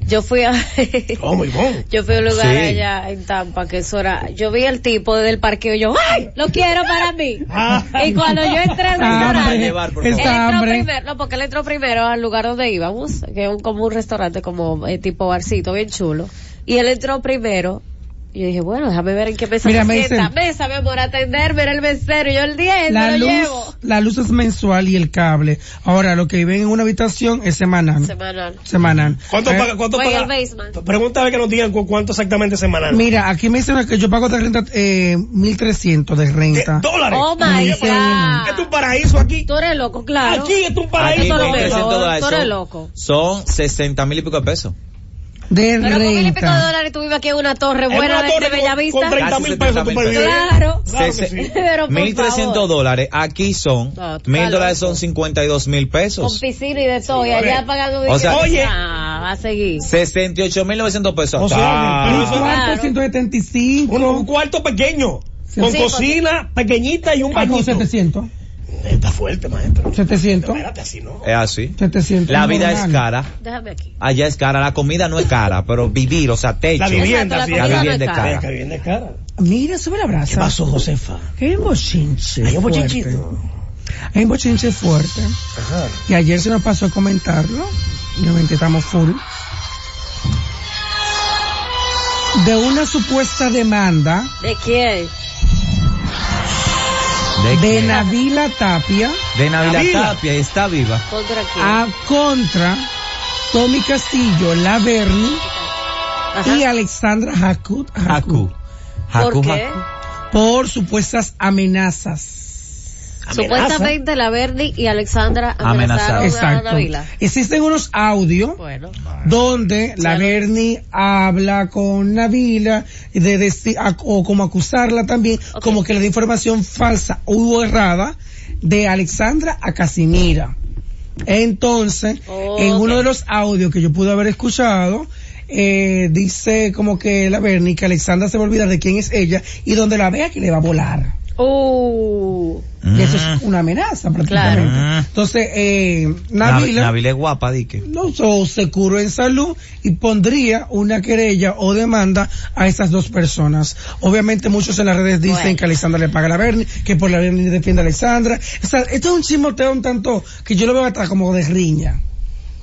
Speaker 1: Yo fui a... <laughs>
Speaker 2: Oh, muy bueno.
Speaker 1: Yo fui a un lugar
Speaker 3: Sí.
Speaker 1: allá en Tampa, que eso era, yo vi al tipo del parqueo y yo, ¡ay! Lo quiero para mí.
Speaker 2: Ah.
Speaker 1: Y cuando yo entré al
Speaker 4: Ah,
Speaker 1: restaurante,
Speaker 4: hombre,
Speaker 3: Llevar, por
Speaker 4: esa
Speaker 3: favor.
Speaker 1: él entró
Speaker 4: hambre.
Speaker 1: primero, no, porque él entró primero al lugar donde íbamos, que es un, como un restaurante, como eh, tipo barcito, bien chulo. Y él entró primero. Y yo dije, bueno, déjame ver en qué mesa
Speaker 4: Mira,
Speaker 1: me
Speaker 4: me
Speaker 1: sienta.
Speaker 4: dicen-
Speaker 1: Mesa, mi amor, atenderme, era el mesero. Y yo el 10
Speaker 4: La
Speaker 1: me lo
Speaker 4: luz,
Speaker 1: llevo.
Speaker 4: la luz es mensual y el cable. Ahora, lo que viven en una habitación es semanal.
Speaker 1: Semanal.
Speaker 4: semanal.
Speaker 2: ¿Cuánto
Speaker 4: Eh,
Speaker 2: paga? ¿Cuánto
Speaker 1: Fue
Speaker 2: paga?
Speaker 1: el basement.
Speaker 2: Pregunta a ver que nos digan cu- cuánto exactamente semanal.
Speaker 4: Mira, aquí me dicen que yo pago de renta eh, 1.300 de
Speaker 2: ¿Qué?
Speaker 4: renta.
Speaker 2: Eh, dólares.
Speaker 1: Oh my
Speaker 4: Ay, qué bueno.
Speaker 1: God.
Speaker 2: Esto es un paraíso aquí.
Speaker 1: Tú eres loco, claro.
Speaker 2: Aquí es un
Speaker 3: Aquí
Speaker 2: paraíso.
Speaker 1: Eso
Speaker 3: con
Speaker 1: lo
Speaker 3: 300
Speaker 1: mejor,
Speaker 3: dólares
Speaker 1: tú eres
Speaker 3: son-
Speaker 1: loco.
Speaker 3: Son 60 mil y pico de pesos.
Speaker 4: De
Speaker 1: Pero con mil y pico de
Speaker 4: renta.
Speaker 1: dólares tú vives aquí en una torre
Speaker 2: En
Speaker 1: buena
Speaker 2: una
Speaker 1: de,
Speaker 2: torre
Speaker 1: de
Speaker 2: con-
Speaker 1: Bellavista.
Speaker 2: Con 30
Speaker 3: Casi
Speaker 2: mil pesos tú
Speaker 3: 70.000
Speaker 2: puedes vivir.
Speaker 1: Claro.
Speaker 2: Claro que
Speaker 3: Se-
Speaker 2: sí.
Speaker 1: <laughs> Pero por
Speaker 3: 1.300
Speaker 1: favor.
Speaker 3: dólares, aquí son
Speaker 1: No, tú
Speaker 3: mil
Speaker 1: estás
Speaker 3: dólares
Speaker 1: loco.
Speaker 3: son 52 mil
Speaker 1: Con
Speaker 3: pesos.
Speaker 1: piscina y de todo. y
Speaker 2: oye.
Speaker 1: allá pagando
Speaker 3: O sea-
Speaker 1: dinero.
Speaker 2: Oye.
Speaker 1: Ah, va a seguir.
Speaker 3: 68 mil 900 pesos.
Speaker 2: O sea,
Speaker 3: Ah.
Speaker 2: pero
Speaker 4: Un
Speaker 2: eso-
Speaker 4: cuarto,
Speaker 1: Claro.
Speaker 4: 175.
Speaker 2: Un, un cuarto pequeño. Con
Speaker 1: Sí,
Speaker 2: cocina pequeñita y un
Speaker 4: Ah, no,
Speaker 2: bañito.
Speaker 4: 700.
Speaker 2: Está fuerte, maestro.
Speaker 4: 700.
Speaker 2: Espérate, así no.
Speaker 3: es así.
Speaker 4: 700.
Speaker 3: La vida es
Speaker 4: normal.
Speaker 3: cara.
Speaker 1: Déjame aquí.
Speaker 3: Allá es cara, la comida no es cara, pero vivir, o sea, techo.
Speaker 2: La vivienda,
Speaker 1: la
Speaker 2: sí.
Speaker 1: comida
Speaker 3: La
Speaker 1: no
Speaker 3: vivienda es
Speaker 1: es cara.
Speaker 3: cara.
Speaker 2: Mira, que viene cara.
Speaker 4: Mira, sube la brasa.
Speaker 2: Josefa?
Speaker 4: Hay un bochinche.
Speaker 2: Hay un
Speaker 4: fuerte.
Speaker 2: bochinchito.
Speaker 4: Hay un bochinche fuerte.
Speaker 2: Ajá.
Speaker 4: Y ayer se nos pasó a comentarlo. Obviamente estamos full. De una supuesta demanda
Speaker 1: ¿De quién?
Speaker 3: ¿De
Speaker 4: de
Speaker 3: quién?
Speaker 4: Navila Tapia
Speaker 3: De Navidad
Speaker 2: Navila.
Speaker 3: Tapia, y está viva.
Speaker 1: ¿Contra quién?
Speaker 4: a contra Tommy Castillo, Laverni
Speaker 1: Ajá.
Speaker 4: y Alexandra Haku,
Speaker 3: Haku. Haku,
Speaker 1: ¿Por qué?
Speaker 3: Haku.
Speaker 4: por supuestas amenazas.
Speaker 1: Supuestamente la Verdi y Alexandra amenazaron
Speaker 3: Amenazaron.
Speaker 1: a Navila.
Speaker 4: Existen unos audios
Speaker 1: Bueno.
Speaker 4: donde la Berni habla con Navila de deci- a- o como acusarla también,
Speaker 1: Ok.
Speaker 4: como que le da información falsa o errada de Alexandra a Casimira. Entonces,
Speaker 1: Ok.
Speaker 4: en uno de los audios que yo pude haber escuchado, eh, dice como que la Berni que Alexandra se va a olvidar de quién es ella y donde la vea que le va a volar.
Speaker 1: Uh,
Speaker 4: Y eso
Speaker 3: Mm.
Speaker 4: es una amenaza prácticamente.
Speaker 3: Claro.
Speaker 4: Entonces, eh,
Speaker 3: Nabil
Speaker 4: Nabila,
Speaker 3: Nabil Mm. es guapa, dique.
Speaker 4: no so- se curó en salud y pondría una querella o demanda a esas dos personas. Obviamente muchos en las redes dicen
Speaker 1: Bueno.
Speaker 4: que Alexandra le paga a la Berni, que por la Berni defiende a Alexandra. O sea, esto es un chismoteo un tanto que yo lo veo hasta como de riña.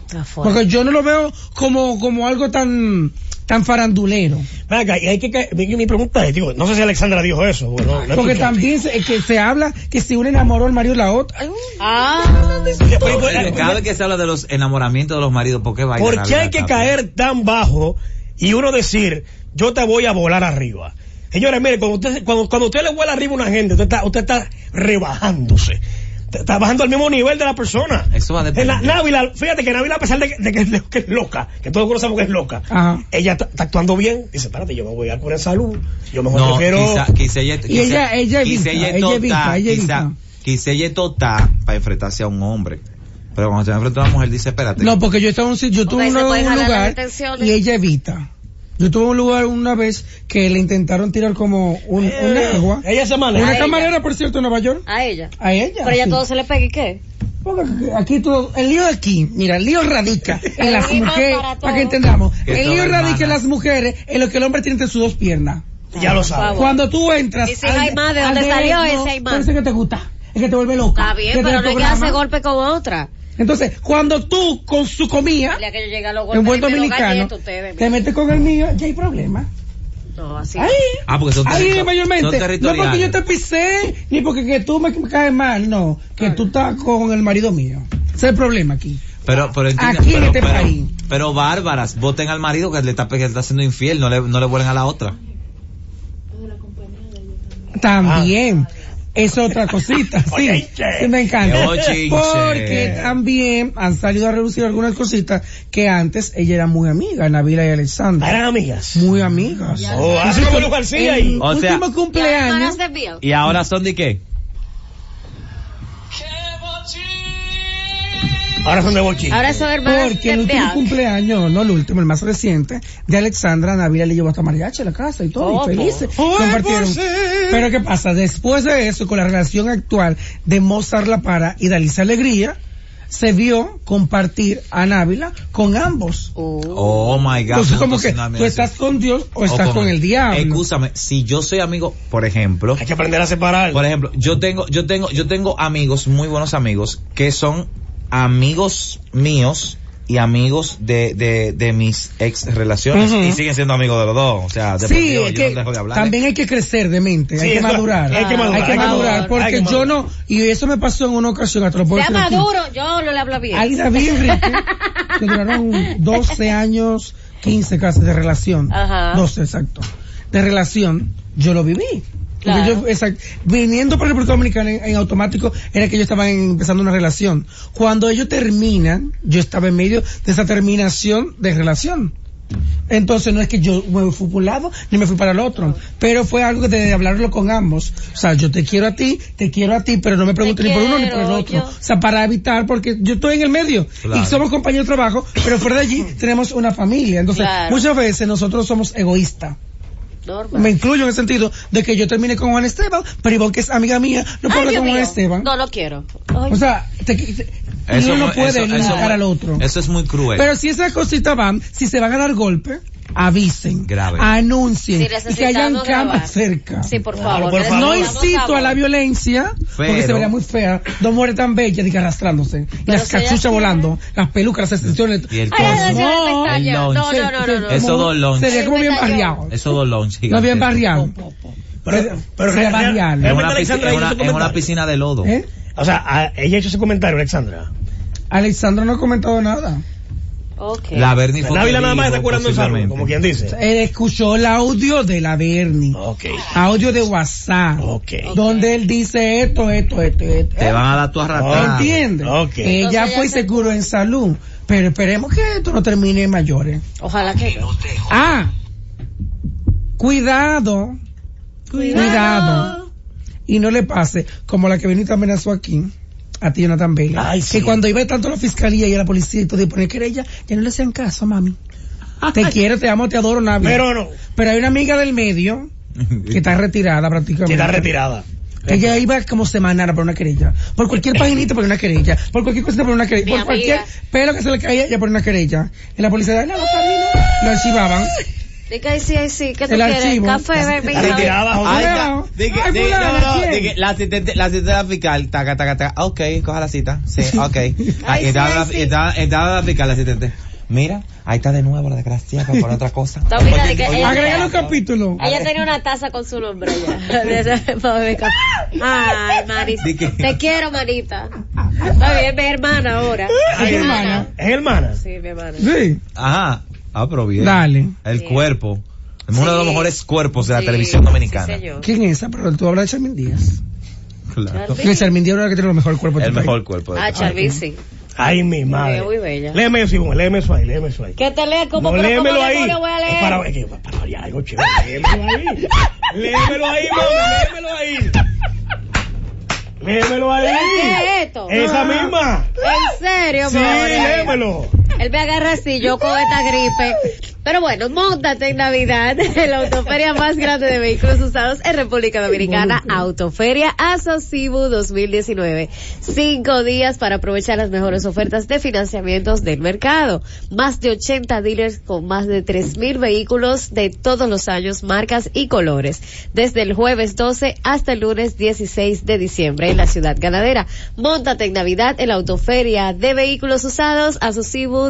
Speaker 1: está fuerte.
Speaker 4: Porque yo no lo veo como, como algo tan, tan farandulero.
Speaker 2: Ven acá, y hay que caer- mi, mi pregunta es, digo, no sé si Alexandra dijo eso, porque no- no
Speaker 4: Porque
Speaker 2: escuché.
Speaker 4: también se, que se habla que si uno enamoró al marido de la otra. Ay,
Speaker 1: Ah,
Speaker 2: Oye, pero-
Speaker 3: Cada vez que se habla de los enamoramientos de los maridos, ¿por qué va
Speaker 2: Pues, ¿Por qué hay que caer tan bajo y uno decir, yo te voy a volar arriba? Señores, mire, cuando usted, cuando, cuando usted le vuela arriba a una gente, usted está, usted está rebajándose. Está- Está bajando al mismo nivel de la persona.
Speaker 3: Eso va a depender.
Speaker 2: En la- Návila, fíjate que Návila, a pesar de que, de que es, lo- que es loca, que todos conocemos que es loca,
Speaker 4: Ajá.
Speaker 2: ella está, está actuando bien. Dice, espérate, yo me voy a curar en salud. Yo mejor
Speaker 3: No,
Speaker 2: prefiero...
Speaker 3: quizá, quizá ella,
Speaker 4: Y ella- ella evita,
Speaker 3: quizá
Speaker 4: ella
Speaker 3: tota,
Speaker 4: evita, ella
Speaker 3: quizá-
Speaker 4: evita.
Speaker 3: quizá ella tota para enfrentarse a un hombre. Pero cuando se enfrenta a una mujer, dice, espérate.
Speaker 4: No, pues, porque yo estaba en un sitio, yo
Speaker 1: Porque
Speaker 4: tuve
Speaker 1: ahí se
Speaker 4: una-
Speaker 1: pueden
Speaker 4: un
Speaker 1: jalar las
Speaker 4: lugar
Speaker 1: retenciones.
Speaker 4: y ella evita. Yo tuve un lugar una vez que le intentaron tirar como un, un
Speaker 2: Eh,
Speaker 4: agua.
Speaker 2: Ella se maneja.
Speaker 4: Una
Speaker 1: ella.
Speaker 4: camarera, por cierto, en Nueva York.
Speaker 1: a ella.
Speaker 4: A ella.
Speaker 1: Pero ella
Speaker 4: sí.
Speaker 1: todo se le pega y qué.
Speaker 4: Porque aquí todo, el lío de aquí, mira, el lío radica en las
Speaker 1: Venimos
Speaker 4: mujeres,
Speaker 1: para
Speaker 4: para,
Speaker 1: todo.
Speaker 4: que entendamos,
Speaker 3: Que
Speaker 4: el
Speaker 3: todo,
Speaker 4: lío
Speaker 3: hermana.
Speaker 4: radica en las mujeres, en lo que el hombre tiene entre sus dos piernas.
Speaker 2: Ya lo
Speaker 1: Por
Speaker 2: sabe.
Speaker 1: favor.
Speaker 4: Cuando tú entras.
Speaker 1: Y si no hay más, ¿de dónde salió ese hay más?
Speaker 4: Parece que te gusta, es que te vuelve loca.
Speaker 1: Está bien,
Speaker 4: que te
Speaker 1: pero no hay que
Speaker 4: desprograma.
Speaker 1: hacer golpe con otra.
Speaker 4: Entonces, cuando tú con su comida,
Speaker 1: Dile a que yo llegue a los golpes
Speaker 4: en buen
Speaker 1: y me lo
Speaker 4: dominicano,
Speaker 1: gallete ustedes,
Speaker 4: te
Speaker 1: mira.
Speaker 4: metes con el mío, ya hay problema.
Speaker 1: No, así.
Speaker 4: Ahí.
Speaker 3: Ah, porque son
Speaker 4: Ahí
Speaker 3: territo- son
Speaker 4: mayormente. No
Speaker 3: territoriales.
Speaker 4: porque yo te pisé, ni porque que tú me caes mal, no. Que tú estás con el marido mío. Ese es el problema aquí.
Speaker 3: Pero, pero entiende,
Speaker 4: Aquí en
Speaker 3: pero,
Speaker 4: este
Speaker 3: pero-
Speaker 4: país.
Speaker 3: pero bárbaras, voten al marido que le está, que le está haciendo infiel, no le, no le vuelen a la otra.
Speaker 4: También.
Speaker 1: Ah.
Speaker 4: Es otra
Speaker 1: <laughs>
Speaker 4: cosita, sí,
Speaker 2: Oye, che.
Speaker 4: sí, me encanta.
Speaker 3: Oye,
Speaker 4: Porque
Speaker 3: che.
Speaker 4: también han salido a reducir algunas cositas que antes ella era muy amiga, Navila y Alexandra.
Speaker 2: Eran amigas.
Speaker 4: Muy amigas.
Speaker 2: Oh, así como Lu García y...
Speaker 4: El
Speaker 3: O sea-
Speaker 1: Y
Speaker 4: último
Speaker 1: ahora no
Speaker 4: cumpleaños.
Speaker 1: hagas desvío.
Speaker 3: ¿Y ahora son de qué?
Speaker 2: Ahora son de bochín.
Speaker 1: Ahora son hermanos
Speaker 4: Porque el último
Speaker 1: desviados.
Speaker 4: cumpleaños, no el último, el más reciente, de Alexandra, Navila le llevó hasta mariachi a la casa y todo,
Speaker 1: Ojo.
Speaker 4: y felices.
Speaker 2: Ay,
Speaker 4: Compartieron.
Speaker 2: pues sí.
Speaker 4: Pero ¿qué pasa? Después de eso, con la relación actual de Mozart La Para y Dalisa Alegría, se vio compartir a Návila con ambos.
Speaker 1: Uh,
Speaker 3: Oh my God.
Speaker 4: Entonces,
Speaker 3: juntos
Speaker 4: como Pues, que
Speaker 3: sin nada,
Speaker 4: tú
Speaker 3: mira,
Speaker 4: estás
Speaker 3: sí.
Speaker 4: con Dios o
Speaker 3: Oh,
Speaker 4: estás con, el diablo.
Speaker 3: Escúchame, si yo soy amigo, por ejemplo,
Speaker 2: Hay que aprender a separar.
Speaker 3: <laughs> por ejemplo, yo tengo, yo tengo, yo tengo amigos, muy buenos amigos, que son amigos míos y amigos de, de, de mis ex relaciones
Speaker 4: Ujú.
Speaker 3: y siguen siendo amigos de los dos. O sea, de por
Speaker 4: Sí,
Speaker 3: Dios,
Speaker 4: es
Speaker 3: yo
Speaker 4: que
Speaker 3: no dejo de hablar.
Speaker 4: también hay que crecer de mente,
Speaker 2: Sí,
Speaker 4: hay que
Speaker 2: eso-
Speaker 4: madurar.
Speaker 2: hay que madurar,
Speaker 4: Hay que
Speaker 1: hay que
Speaker 4: madurar,
Speaker 1: madurar,
Speaker 4: porque
Speaker 2: hay que
Speaker 4: yo
Speaker 2: madurar.
Speaker 4: no, y eso me pasó en una ocasión, te lo puedo
Speaker 1: sea
Speaker 4: decir aquí.
Speaker 1: maduro, yo no le hablo bien.
Speaker 4: Aida y
Speaker 1: <laughs>
Speaker 4: Enrique, que duraron 12 años, 15 casi de relación.
Speaker 1: Ajá.
Speaker 4: 12 exacto. De relación, yo lo viví. Porque
Speaker 1: Claro.
Speaker 4: yo, exact- viniendo para República Dominicana en, en automático, era que yo estaba en- empezando una relación. Cuando ellos terminan, yo estaba en medio de esa terminación de relación. Entonces no es que yo me fui por un lado ni me fui para el otro, pero fue algo que de hablarlo con ambos. O sea, yo te quiero a ti, te quiero a ti, pero no me preguntes ni por uno ni por el
Speaker 1: quiero,
Speaker 4: otro.
Speaker 1: yo-
Speaker 4: O sea, para evitar, porque yo estoy en el medio
Speaker 3: Claro.
Speaker 4: y somos compañeros de trabajo, pero fuera de allí
Speaker 3: <laughs>
Speaker 4: tenemos una familia. Entonces,
Speaker 1: Claro.
Speaker 4: muchas veces nosotros somos egoístas.
Speaker 1: Normal.
Speaker 4: Me incluyo en el sentido de que yo termine con Juan Esteban, pero Ivonne, que es amiga mía, no puedo
Speaker 1: Ay,
Speaker 4: hablar
Speaker 1: Dios
Speaker 4: con Juan
Speaker 1: mío.
Speaker 4: Esteban.
Speaker 1: No lo quiero.
Speaker 4: O sea, te- te-
Speaker 3: Eso
Speaker 4: uno no
Speaker 3: mu-
Speaker 4: puede
Speaker 3: eso- eso
Speaker 4: limitar
Speaker 3: mu-
Speaker 4: al otro.
Speaker 3: Eso es muy cruel.
Speaker 4: Pero si esas cositas van, si se van a dar golpe, avisen,
Speaker 3: Grave.
Speaker 4: anuncien
Speaker 1: Si
Speaker 4: y que hayan
Speaker 1: necesitamos grabar.
Speaker 4: cámaras cerca.
Speaker 1: sí, por
Speaker 2: Claro,
Speaker 1: favor.
Speaker 2: por
Speaker 1: necesitamos
Speaker 4: No
Speaker 2: favor.
Speaker 4: incito a la
Speaker 1: sabor.
Speaker 4: violencia, porque
Speaker 3: Pero-
Speaker 4: se vería muy fea. Dos mujeres tan bellas, diga, arrastrándose. Y las
Speaker 1: si ellas
Speaker 4: cachuchas
Speaker 1: quieren.
Speaker 4: volando, las pelucas, las extensiones.
Speaker 3: Y
Speaker 1: Ay,
Speaker 3: el coso.
Speaker 1: ay, ay,
Speaker 4: No, eh,
Speaker 1: me estalla.
Speaker 3: el
Speaker 1: no, no,
Speaker 3: lunch.
Speaker 1: no, no, no.
Speaker 3: Eso dos lunch.
Speaker 4: Sería como bien barriado.
Speaker 3: Eso dolón,
Speaker 4: No bien
Speaker 3: gigantesco.
Speaker 4: barriado.
Speaker 2: Pero-
Speaker 1: Pues,
Speaker 2: pero
Speaker 4: Sería
Speaker 2: real-
Speaker 4: barriado.
Speaker 3: En
Speaker 2: Realmente,
Speaker 3: una, piscina,
Speaker 2: Alexandra,
Speaker 3: en
Speaker 2: hizo
Speaker 3: una-
Speaker 2: su
Speaker 3: en
Speaker 2: comentario.
Speaker 3: una piscina de lodo.
Speaker 4: ¿Eh?
Speaker 2: O sea, a- ella hizo ese comentario, Alexandra.
Speaker 4: Alexandra no ha comentado nada.
Speaker 1: Ok.
Speaker 3: La Bernie fue
Speaker 2: Návila
Speaker 3: que
Speaker 2: nada más
Speaker 3: dijo,
Speaker 2: está curando en salud,
Speaker 3: posiblemente.
Speaker 2: como quien dice.
Speaker 4: Él escuchó el audio de la Bernie.
Speaker 2: Ok,
Speaker 4: Audio de WhatsApp.
Speaker 2: ok.
Speaker 4: Donde él dice esto, esto, esto, esto.
Speaker 3: Te van a dar tu arrastrada. <laughs>
Speaker 4: ¿Entiendes?
Speaker 2: Ok.
Speaker 4: Ella
Speaker 1: Entonces, ya
Speaker 4: fue
Speaker 1: se-
Speaker 4: seguro en salud. Pero esperemos que esto no termine en mayores.
Speaker 1: Ojalá que no.
Speaker 4: Ah, cuidado, cuidado, y no le pase como la que vino y te amenazó aquí. A ti, Jonathan Vega.
Speaker 2: Ay, sí.
Speaker 4: Que cuando iba tanto a la fiscalía y a la policía y podía poner querella, ya no le hacían caso, mami. Te quiero, te amo, te adoro, Navi.
Speaker 2: Pero no,
Speaker 4: Pero hay una amiga del medio que está retirada
Speaker 2: que
Speaker 4: prácticamente.
Speaker 2: está retirada.
Speaker 4: Ella iba como semanal por una querella. Por cualquier paginita por una querella. Por cualquier cosita por una querella.
Speaker 1: Mi
Speaker 4: por cualquier
Speaker 1: amiga.
Speaker 4: pelo que se le caía ella por una querella. En la policía, no, no, Karina", lo archivaban.
Speaker 1: De que ahí sí, ahí sí, ¿qué tú
Speaker 4: El
Speaker 1: quieres?
Speaker 4: archivo.
Speaker 1: Café,
Speaker 2: La
Speaker 1: baby.
Speaker 2: retirada,
Speaker 4: Ay,
Speaker 2: José.
Speaker 4: Claro.
Speaker 3: de que-
Speaker 4: Ay,
Speaker 3: de-
Speaker 4: fulana,
Speaker 3: no, no,
Speaker 4: ¿quién?
Speaker 3: de que la asistente, la asistente fiscal, taca, taca, taca, ok, coja la cita,
Speaker 4: <laughs>
Speaker 3: sí, ok. Ah, y estaba, la- y estaba, estaba la fiscal, la asistente. Mira, ahí está de nuevo la desgracia <laughs> por otra cosa.
Speaker 1: Está bien, de que ella-
Speaker 4: Agregale un capítulo.
Speaker 1: Ella tenía una taza con su nombre ya. <laughs> De esa- para beber café. Ay, Marita.
Speaker 3: ¿De qué?
Speaker 1: Te quiero, Marita. Está bien, mi hermana ahora.
Speaker 2: Ay,
Speaker 4: Mi hermana.
Speaker 2: Es hermana.
Speaker 1: Sí, mi hermana.
Speaker 4: Sí.
Speaker 3: Ajá, ah, pero bien.
Speaker 4: Dale.
Speaker 3: El
Speaker 1: Sí.
Speaker 3: cuerpo. Es uno de los
Speaker 1: Sí.
Speaker 3: mejores cuerpos de la
Speaker 1: Sí,
Speaker 3: televisión dominicana.
Speaker 1: Sí, señor.
Speaker 4: ¿Quién es esa? Pero tú hablas de Charmin Díaz. Ah,
Speaker 3: Claro.
Speaker 1: Charly.
Speaker 4: Que Charmin Díaz era la que tiene los mejor cuerpo de
Speaker 3: El
Speaker 4: tu país.
Speaker 3: mejor cuerpo. de
Speaker 1: Ah,
Speaker 3: todo.
Speaker 1: Charly, sí.
Speaker 2: Ay, mi madre.
Speaker 1: Muy bella.
Speaker 2: Léeme eso, Ivonne, léeme eso ahí, léeme eso ahí.
Speaker 1: Que te lea como
Speaker 2: No,
Speaker 1: pero como
Speaker 2: léemelo
Speaker 1: le-
Speaker 2: ahí.
Speaker 1: no le voy a
Speaker 2: Es
Speaker 1: leer.
Speaker 2: Para, es que, para variar algo chévere. Léemelo ahí. léemelo ahí, mami, léemelo ahí. Léemelo ahí.
Speaker 1: ¿Qué es esto?
Speaker 2: Esa misma.
Speaker 1: En serio,
Speaker 2: Sí,
Speaker 1: pobre.
Speaker 2: léemelo.
Speaker 1: Él me agarra así, yo con esta gripe. Pero bueno, montate en Navidad <laughs> en la autoferia más grande de vehículos usados en República Dominicana, Autoferia Asocibu 2019. Cinco días para aprovechar las mejores ofertas de financiamientos del mercado. Más de 80 dealers con más de 3.000 vehículos de todos los años, marcas y colores. Desde el jueves 12 hasta el lunes 16 de diciembre en la ciudad ganadera. Montate en Navidad en la Autoferia de Vehículos Usados Asocibu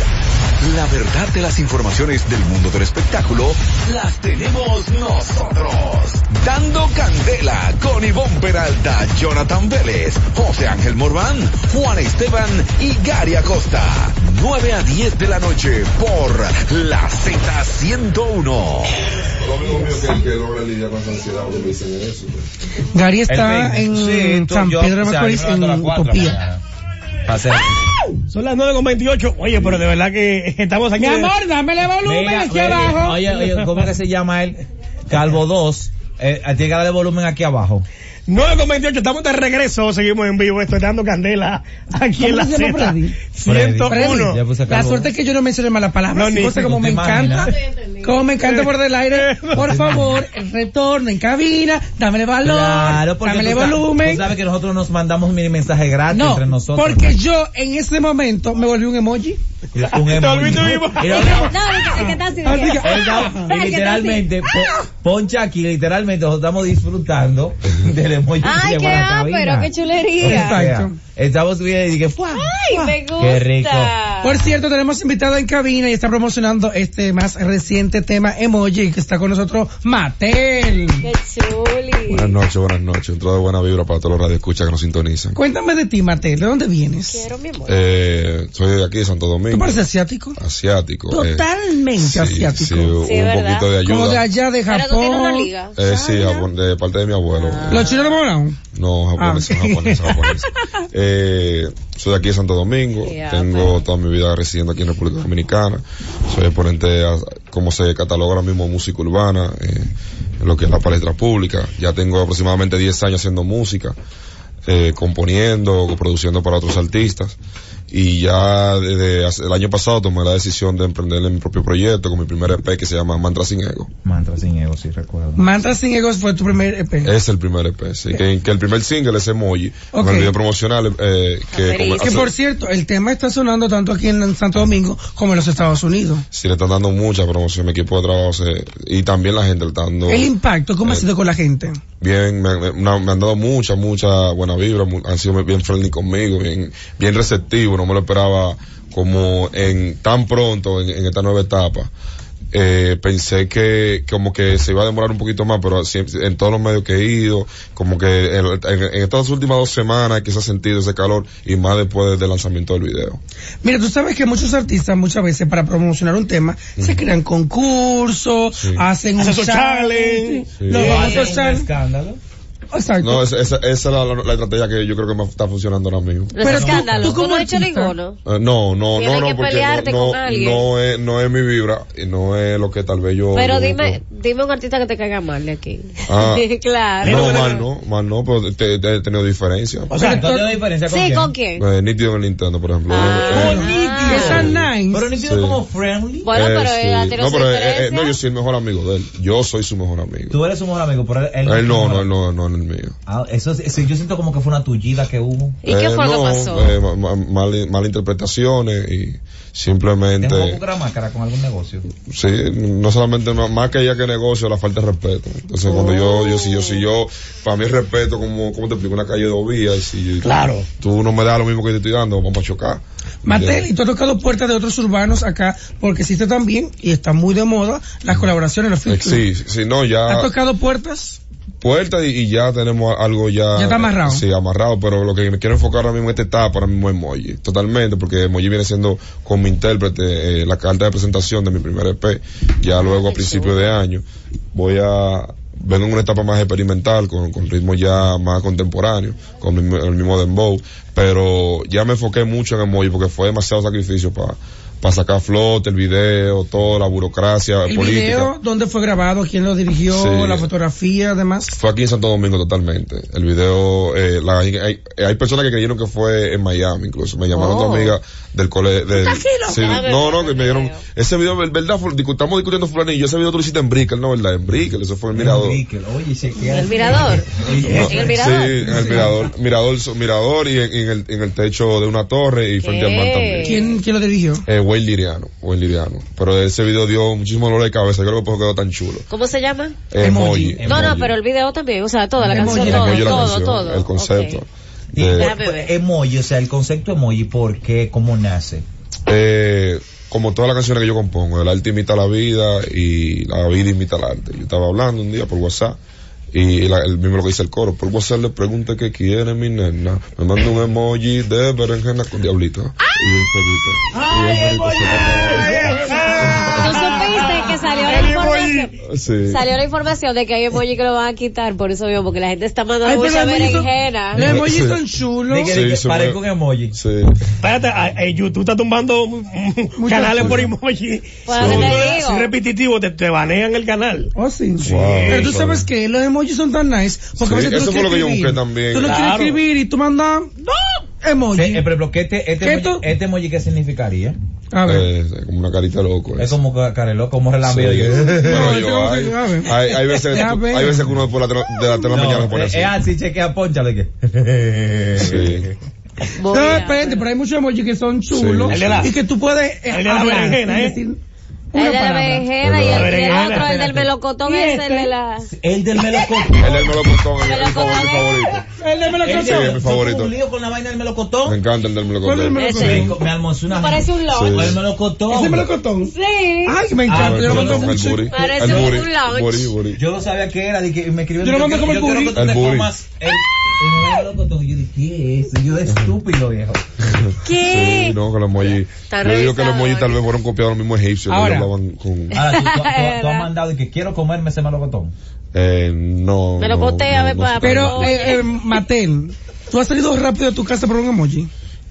Speaker 5: La verdad de las informaciones del mundo del espectáculo las tenemos nosotros. Dando candela con Ivonne Peralta, Jonathan Vélez, José Ángel Morván, Juan Esteban y Gary Acosta. 9 a 10 de la noche por la Z101.
Speaker 6: Un amigo mío que, que logra lidiar con esa ansiedad porque me dicen eso. pues.
Speaker 4: Gary está
Speaker 3: El
Speaker 4: en
Speaker 3: veinte. Sí, tú,
Speaker 4: San
Speaker 3: yo,
Speaker 4: Pedro de
Speaker 3: o sea,
Speaker 4: Macorís
Speaker 3: yo me
Speaker 4: en
Speaker 3: levanto a las cuatro
Speaker 4: Utopía.
Speaker 3: mañana. Pa' hacer-
Speaker 2: Son las 9.28. Oye, pero de verdad que estamos aquí.
Speaker 4: Mi amor, dámele volumen
Speaker 3: Mira,
Speaker 4: aquí
Speaker 3: oye,
Speaker 4: abajo.
Speaker 3: Oye, oye, ¿cómo que se llama él? Calvo 2. Eh, tiene que darle volumen aquí abajo.
Speaker 2: 9.28, estamos de regreso. Seguimos en vivo. Estoy dando candela aquí
Speaker 4: ¿Cómo
Speaker 2: en la
Speaker 4: se llama
Speaker 2: Z.
Speaker 4: Freddy?
Speaker 2: 101.
Speaker 3: Ya pues puse
Speaker 4: La
Speaker 3: calvo.
Speaker 4: suerte es que yo no mencioné malas
Speaker 2: No,
Speaker 4: palabras. y
Speaker 2: ni-
Speaker 4: cosas
Speaker 3: no
Speaker 4: como
Speaker 3: te
Speaker 4: me encanta.
Speaker 3: imaginas.
Speaker 4: Como me encanta por del
Speaker 3: <laughs>
Speaker 4: aire. Por favor, retorno en cabina. Dámele valor.
Speaker 3: Claro, porque
Speaker 4: dámele
Speaker 3: tú sa-
Speaker 4: volumen.
Speaker 3: Tú sabes que nosotros nos mandamos mini mensaje gratis
Speaker 4: no,
Speaker 3: Ah, entre nosotros. <laughs>
Speaker 4: porque yo en ese momento me volví un emoji.
Speaker 3: Un
Speaker 2: Te
Speaker 3: emoji.
Speaker 2: olvidas, mismo.
Speaker 3: Mira,
Speaker 1: No, es que- es que está así,
Speaker 4: Así que-
Speaker 1: mira.
Speaker 3: él da-
Speaker 1: Ah, que Ah.
Speaker 3: literalmente,
Speaker 1: está así.
Speaker 3: po- poncha aquí, literalmente, nos estamos disfrutando <laughs> del emoji. que
Speaker 1: Ay,
Speaker 3: llegó
Speaker 1: qué
Speaker 3: a la cabina.
Speaker 1: ápero, qué chulería.
Speaker 4: Exacto.
Speaker 3: Estamos bien y dije, ¡fua!
Speaker 1: Ay, me gusta.
Speaker 3: Qué rico.
Speaker 1: Ah.
Speaker 4: Por cierto, tenemos invitada en cabina y está promocionando este más reciente tema emoji que está con nosotros Matel.
Speaker 1: Qué chuli.
Speaker 6: Buenas noches, buenas noches. Un trago de buena vibra para todos los radioescuchas que nos sintonizan.
Speaker 4: Cuéntame de ti, Matel. ¿De dónde vienes?
Speaker 1: Quiero mi amor.
Speaker 6: Eh, soy de aquí, de Santo
Speaker 4: ¿Tú
Speaker 6: Domingo.
Speaker 4: pareces asiático?
Speaker 6: Asiático. eh.
Speaker 4: Totalmente
Speaker 6: Sí, sí,
Speaker 4: asiático.
Speaker 6: un
Speaker 1: Sí, ¿verdad?
Speaker 6: poquito de
Speaker 4: Como de
Speaker 6: ayuda.
Speaker 4: allá de
Speaker 1: Pero tú tienes una
Speaker 4: Japón.
Speaker 1: liga.
Speaker 6: Eh, sí, Japón, de parte de mi abuelo. Eh,
Speaker 4: Los chinos lo moraron.
Speaker 6: No, japonesa,
Speaker 4: Ah.
Speaker 6: japonesa, japonesa. Eh, soy de aquí de Santo Domingo.
Speaker 1: Ya,
Speaker 6: Tengo toda mi vida residiendo aquí en República Dominicana. Soy exponente, a- como se cataloga ahora mismo, música urbana, eh, en lo que es la palestra pública. Ya tengo aproximadamente 10 años haciendo música, eh, componiendo, produciendo para otros artistas. Y ya desde hace- el año pasado tomé la decisión de emprender en mi propio proyecto con mi primer EP que se llama Mantra Sin Ego.
Speaker 3: Mantra sin ego, si recuerdo.
Speaker 4: Mantra sin egos fue tu primer E EP.
Speaker 6: Es el primer EP, sí. Que, que el primer single es Emoji.
Speaker 4: Ok.
Speaker 6: Con el video promocional eh, que...
Speaker 1: Camerino.
Speaker 6: come-
Speaker 4: que
Speaker 6: hace-
Speaker 4: por cierto, el tema está sonando tanto aquí en Santo Domingo como en los Estados Unidos.
Speaker 6: Sí, le están dando mucha promoción, mi equipo de trabajo se- y también la gente le está dando
Speaker 4: El impacto, ¿cómo ha
Speaker 6: Eh,
Speaker 4: sido con la gente?
Speaker 6: bien, me, me- una- me han dado mucha, mucha buena vibra, mu- han sido bien friendly conmigo, bien, bien receptivo, no me lo esperaba como en tan pronto en, en esta nueva etapa. Eh, pensé que como que se iba a demorar un poquito más, pero siempre- en todos los medios que he ido, como que en, en- en estas últimas dos semanas que se ha sentido ese calor y más después del lanzamiento del video.
Speaker 4: Mira, tú sabes que muchos artistas muchas veces para promocionar un tema se crean concursos, hacen un
Speaker 2: Hacen su challenge.
Speaker 4: Los
Speaker 3: Lo
Speaker 4: famosos
Speaker 3: hacen un
Speaker 4: challenge.
Speaker 3: escándalo.
Speaker 4: Exacto.
Speaker 6: No, esa, esa, esa es la, la- la estrategia que yo creo que me está funcionando ahora mismo.
Speaker 1: Los
Speaker 4: Pero tú-
Speaker 1: escándalos.
Speaker 4: tú
Speaker 1: Tú,
Speaker 4: como
Speaker 1: no has hecho
Speaker 4: artista-
Speaker 1: ninguno.
Speaker 6: Eh, No, no,
Speaker 1: Tienes
Speaker 6: no,
Speaker 1: que
Speaker 6: no, porque
Speaker 1: pelearte
Speaker 6: no,
Speaker 1: con
Speaker 6: no,
Speaker 1: alguien.
Speaker 6: no es, no es mi vibra y no es lo que tal vez yo.
Speaker 1: Pero
Speaker 6: yo
Speaker 1: dime,
Speaker 6: busco.
Speaker 1: dime un artista que te caiga mal de aquí. <laughs>
Speaker 6: Ah.
Speaker 1: claro.
Speaker 6: No, mal no, mal no, pero te- te- he tenido diferencia.
Speaker 2: O sea,
Speaker 3: ¿No tiene diferencia con
Speaker 1: Sí,
Speaker 3: quién?
Speaker 1: ¿con quién?
Speaker 6: Eh, nítido en el Nintendo, por ejemplo.
Speaker 1: Ah.
Speaker 6: Eh,
Speaker 4: Nítido. Esa nice.
Speaker 3: Pero ni siquiera
Speaker 6: Sí.
Speaker 3: como friendly.
Speaker 1: Bueno,
Speaker 6: eh,
Speaker 1: pero
Speaker 6: sí.
Speaker 1: él ha tenido
Speaker 6: No,
Speaker 1: su
Speaker 6: pero eh, eh,
Speaker 1: diferencia.
Speaker 6: no, yo soy el mejor amigo de él. Yo soy su mejor amigo.
Speaker 3: Tú eres su mejor amigo, pero él,
Speaker 6: Él no,
Speaker 3: es
Speaker 6: no,
Speaker 3: su
Speaker 6: él
Speaker 3: mejor-
Speaker 6: no, no es el mío.
Speaker 3: Ah, eso sí, sí, yo siento como que fue una tullida que hubo.
Speaker 1: ¿Y qué
Speaker 6: Eh,
Speaker 1: fue lo
Speaker 6: no,
Speaker 1: que pasó?
Speaker 6: eh, ma- ma- mal, malinterpretaciones y
Speaker 3: Tengo un poco
Speaker 6: simplemente,
Speaker 3: gramácara con algún negocio.
Speaker 6: sí, no solamente, ma- más que ella que negocio, la falta de respeto. Entonces cuando yo, yo, si yo, si yo, para mí el respeto, como, como te explico, una calle de dos vías, y si yo-
Speaker 2: Claro.
Speaker 6: tú no me das lo mismo que te estoy dando, vamos a chocar.
Speaker 4: Mateli, tú has tocado puertas de otros urbanos acá, porque existe también, y está muy de moda, las colaboraciones, los
Speaker 6: Eh,
Speaker 4: features.
Speaker 6: Sí, sí, no, ya.
Speaker 4: ¿Has tocado puertas?
Speaker 6: puerta y, y ya tenemos a- algo ya.
Speaker 4: Ya está amarrado.
Speaker 6: Sí, amarrado, pero lo que me quiero enfocar ahora mismo en esta etapa, ahora mismo es Moji. Totalmente, porque Moji viene siendo con mi intérprete eh, la carta de presentación de mi primer EP. Ya luego a principios de año voy a. Vengo en una etapa más experimental, con, con ritmo ya más contemporáneo, con el, mismo- el mismo dembow, pero ya me enfoqué mucho en Moji porque fue demasiado sacrificio para sacar a flote el video, toda la burocracia
Speaker 4: El
Speaker 6: política.
Speaker 4: video, dónde fue grabado, quién lo dirigió,
Speaker 6: Sí.
Speaker 4: la fotografía, además.
Speaker 6: Fue aquí en Santo Domingo totalmente. El video, eh, la- hay, hay- hay personas que creyeron que fue en Miami incluso. Me llamaron
Speaker 1: Oh.
Speaker 6: dos amigas del colegio.
Speaker 1: loca? A ver,
Speaker 6: no, no,
Speaker 1: ese
Speaker 6: que me
Speaker 1: video.
Speaker 6: dieron, ese video, ver- verdad, Ful- discu- estamos discutiendo fulano y yo ese video tú lo hiciste en Brickell, no, verdad, en Brickell, eso fue en Mirador.
Speaker 3: Enrique, Oye, chequea.
Speaker 1: El
Speaker 6: <laughs>
Speaker 1: mirador.
Speaker 3: Oye,
Speaker 1: En el
Speaker 6: Sí,
Speaker 1: mirador.
Speaker 6: en el mirador, mirador, so- mirador y en, en el, en el techo de una torre y frente al mar también.
Speaker 1: ¿Qué?
Speaker 4: ¿Quién, quién lo dirigió?
Speaker 6: Eh, Wayne Liriano, Wayne Liriano. Pero ese video dio muchísimo dolor de cabeza, yo creo que por eso quedó tan chulo. Eh,
Speaker 1: ¿Cómo se llama?
Speaker 6: Emoji.
Speaker 1: No, no,
Speaker 6: Emoji.
Speaker 1: pero el video también, o sea, toda la canción,
Speaker 6: El
Speaker 1: todo,
Speaker 6: emoji de la
Speaker 1: todo,
Speaker 6: canción,
Speaker 1: todo.
Speaker 6: el concepto.
Speaker 1: Ok.
Speaker 3: Y
Speaker 6: de-
Speaker 3: por- por- emoji, o sea, el concepto emoji, ¿por qué? ¿Cómo nace?
Speaker 6: Eh, como todas las canciones que yo compongo, el arte imita la vida y la vida imita el arte. Yo estaba hablando un día por WhatsApp y la- el mismo lo que dice el coro, por WhatsApp le pregunta qué quiere mi nena. Me manda un emoji de berenjena con diablito. Y un perrito. Y un perrito se
Speaker 1: Tú supiste que salió la información.
Speaker 6: pone- Ah, Sí.
Speaker 1: Salió la información de que hay emoji que lo van a quitar, por eso mismo, porque la gente está mandando mucha berenjena.
Speaker 4: los emojis
Speaker 6: Sí.
Speaker 4: son chulos.
Speaker 3: Dije,
Speaker 6: Sí,
Speaker 3: dije,
Speaker 6: se
Speaker 3: parezco un
Speaker 6: puede-
Speaker 3: emoji.
Speaker 6: Sí.
Speaker 2: espérate, a- a YouTube está tumbando mm, canales por emoji.
Speaker 1: Pues,
Speaker 2: Si
Speaker 1: ¿qué
Speaker 2: tú
Speaker 1: te
Speaker 2: eres
Speaker 1: digo?
Speaker 2: así repetitivo, te, te banean el canal.
Speaker 4: Oh, sí.
Speaker 6: Wow,
Speaker 4: Pero tú
Speaker 6: claro.
Speaker 4: sabes que los emojis son tan nice. Porque a
Speaker 6: Sí,
Speaker 4: veces tú no
Speaker 6: eso fue
Speaker 4: quieres
Speaker 6: lo que yo
Speaker 4: escribir.
Speaker 6: busqué también.
Speaker 4: Tú no quieres
Speaker 2: Claro.
Speaker 4: escribir y tú mandas dos
Speaker 3: Sí,
Speaker 4: emojis.
Speaker 3: eh, por ejemplo, ¿qué te- este,
Speaker 4: ¿Qué
Speaker 3: emoji,
Speaker 4: tú?
Speaker 3: este emoji qué significaría?
Speaker 4: a ver.
Speaker 6: Eh, es como una carita loco.
Speaker 3: Es
Speaker 6: eso.
Speaker 3: como ca- carelo, como
Speaker 6: Pues Sí.
Speaker 3: relambido.
Speaker 6: Bueno,
Speaker 4: No,
Speaker 6: yo,
Speaker 4: tengo que-
Speaker 6: hay,
Speaker 4: a ver.
Speaker 6: hay- hay veces que
Speaker 4: Ya
Speaker 6: tú-
Speaker 4: veo.
Speaker 6: hay veces que uno por la tra- de la tarde a la mañana se pone
Speaker 3: es,
Speaker 6: así.
Speaker 3: así, eh, ah, chequea, ponchale
Speaker 6: <laughs>
Speaker 3: que.
Speaker 6: Sí.
Speaker 4: No,
Speaker 1: Voy a-
Speaker 4: depende, Ah, pero hay muchos emojis que son chulos
Speaker 6: El
Speaker 2: de la-
Speaker 4: y que tú puedes eh,
Speaker 2: el de la
Speaker 4: hablar
Speaker 2: berenjena,
Speaker 4: y
Speaker 2: ¿eh?
Speaker 4: decir
Speaker 1: El
Speaker 4: una
Speaker 1: de la
Speaker 4: palabra.
Speaker 1: berenjena y
Speaker 6: La
Speaker 1: el, y el
Speaker 2: berenjena,
Speaker 1: otro, el del
Speaker 3: espérate.
Speaker 1: melocotón
Speaker 4: ¿Y
Speaker 1: es el
Speaker 4: este?
Speaker 1: de la...
Speaker 3: El del melocotón.
Speaker 6: Él es <laughs> el melocotón, él es mi
Speaker 1: Melocotón.
Speaker 6: favorito. mi favorito.
Speaker 4: El de
Speaker 3: El
Speaker 6: Sí,
Speaker 4: melocotón.
Speaker 6: es
Speaker 3: del-
Speaker 6: mi
Speaker 3: yo
Speaker 6: favorito.
Speaker 3: tuve un lío con la vaina del
Speaker 6: Me
Speaker 3: melocotón.
Speaker 6: encanta el del
Speaker 4: ¿Cuál es el
Speaker 6: melocotón.
Speaker 4: melocotón?
Speaker 3: Me, me almorzó una.
Speaker 1: Parece un
Speaker 6: Sí.
Speaker 1: loco.
Speaker 3: El melocotón.
Speaker 4: Ese melocotón.
Speaker 1: Sí.
Speaker 4: Ay, me
Speaker 3: Ah,
Speaker 4: encanta. yo lo
Speaker 3: bueno,
Speaker 4: mando
Speaker 3: el
Speaker 4: mucho.
Speaker 6: booty.
Speaker 1: Parece
Speaker 6: El
Speaker 1: un
Speaker 6: booty,
Speaker 1: lounge.
Speaker 6: booty, booty.
Speaker 3: Yo no sabía qué era, de que me escribió.
Speaker 4: Yo lo mando como el
Speaker 3: yo quiero
Speaker 4: booty.
Speaker 3: que tú
Speaker 6: El
Speaker 3: te
Speaker 6: booty.
Speaker 3: comas el, el melocotón. Y Yo dije, ¿qué es? eso? Yo de estúpido, viejo.
Speaker 1: ¿Qué?
Speaker 6: Sí, no, que los emojis.
Speaker 1: Está
Speaker 6: Yo digo que
Speaker 1: revisado,
Speaker 6: los emojis
Speaker 1: ¿eh?
Speaker 6: tal vez fueron copiados los mismos egipcios.
Speaker 4: Ahora.
Speaker 6: Ahora. Hablaban con,
Speaker 1: <laughs>
Speaker 3: Ahora, tú, tú- tú- tú has mandado y que quiero comerme ese melocotón.
Speaker 6: eh, no.
Speaker 1: Me lo
Speaker 6: no,
Speaker 1: conté,
Speaker 6: no,
Speaker 1: a ver,
Speaker 6: no
Speaker 1: pa-
Speaker 6: sé.
Speaker 4: Pero,
Speaker 1: Oye.
Speaker 4: eh, eh, Matel, tú has salido rápido de tu casa por un emoji.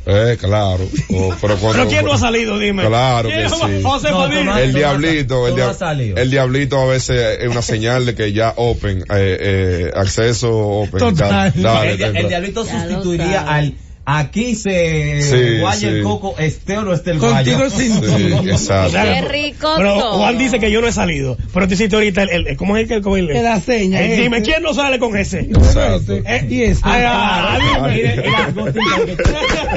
Speaker 6: Eh, claro. Oh, pero cuando.
Speaker 2: Pero ¿quién no ha salido? Dime.
Speaker 6: Claro que
Speaker 2: ¿Quién no-
Speaker 6: sí.
Speaker 2: José
Speaker 3: No,
Speaker 2: Padilla.
Speaker 3: Tomás.
Speaker 6: El
Speaker 3: Tú no
Speaker 6: diablito,
Speaker 3: has-
Speaker 6: el,
Speaker 3: tú no
Speaker 6: dia-
Speaker 3: has salido.
Speaker 6: el diablito a veces es una señal de que ya open, eh, eh, acceso open.
Speaker 4: Total.
Speaker 6: Ya, dale,
Speaker 3: el, dia-
Speaker 6: dale.
Speaker 3: el diablito
Speaker 1: Ya lo
Speaker 3: sustituiría
Speaker 1: sabe.
Speaker 3: al aquí se
Speaker 6: Sí,
Speaker 3: guaya el
Speaker 6: sí.
Speaker 3: coco, esté o no esté el guayo.
Speaker 4: Contigo sin
Speaker 6: Sí, exacto.
Speaker 1: Qué rico
Speaker 2: Pero
Speaker 1: todo.
Speaker 2: Juan dice que yo no he salido. Pero tú hiciste ahorita el, el- el- ¿cómo es el que con el-
Speaker 4: Te da señas. ¿eh?
Speaker 2: el- dime, ¿quién no sale con ese?
Speaker 6: Exacto.
Speaker 2: Eh,
Speaker 4: Y este.
Speaker 2: ay, ay, ay,
Speaker 6: Ay.
Speaker 2: mire,
Speaker 3: Y las gotitas
Speaker 2: <laughs>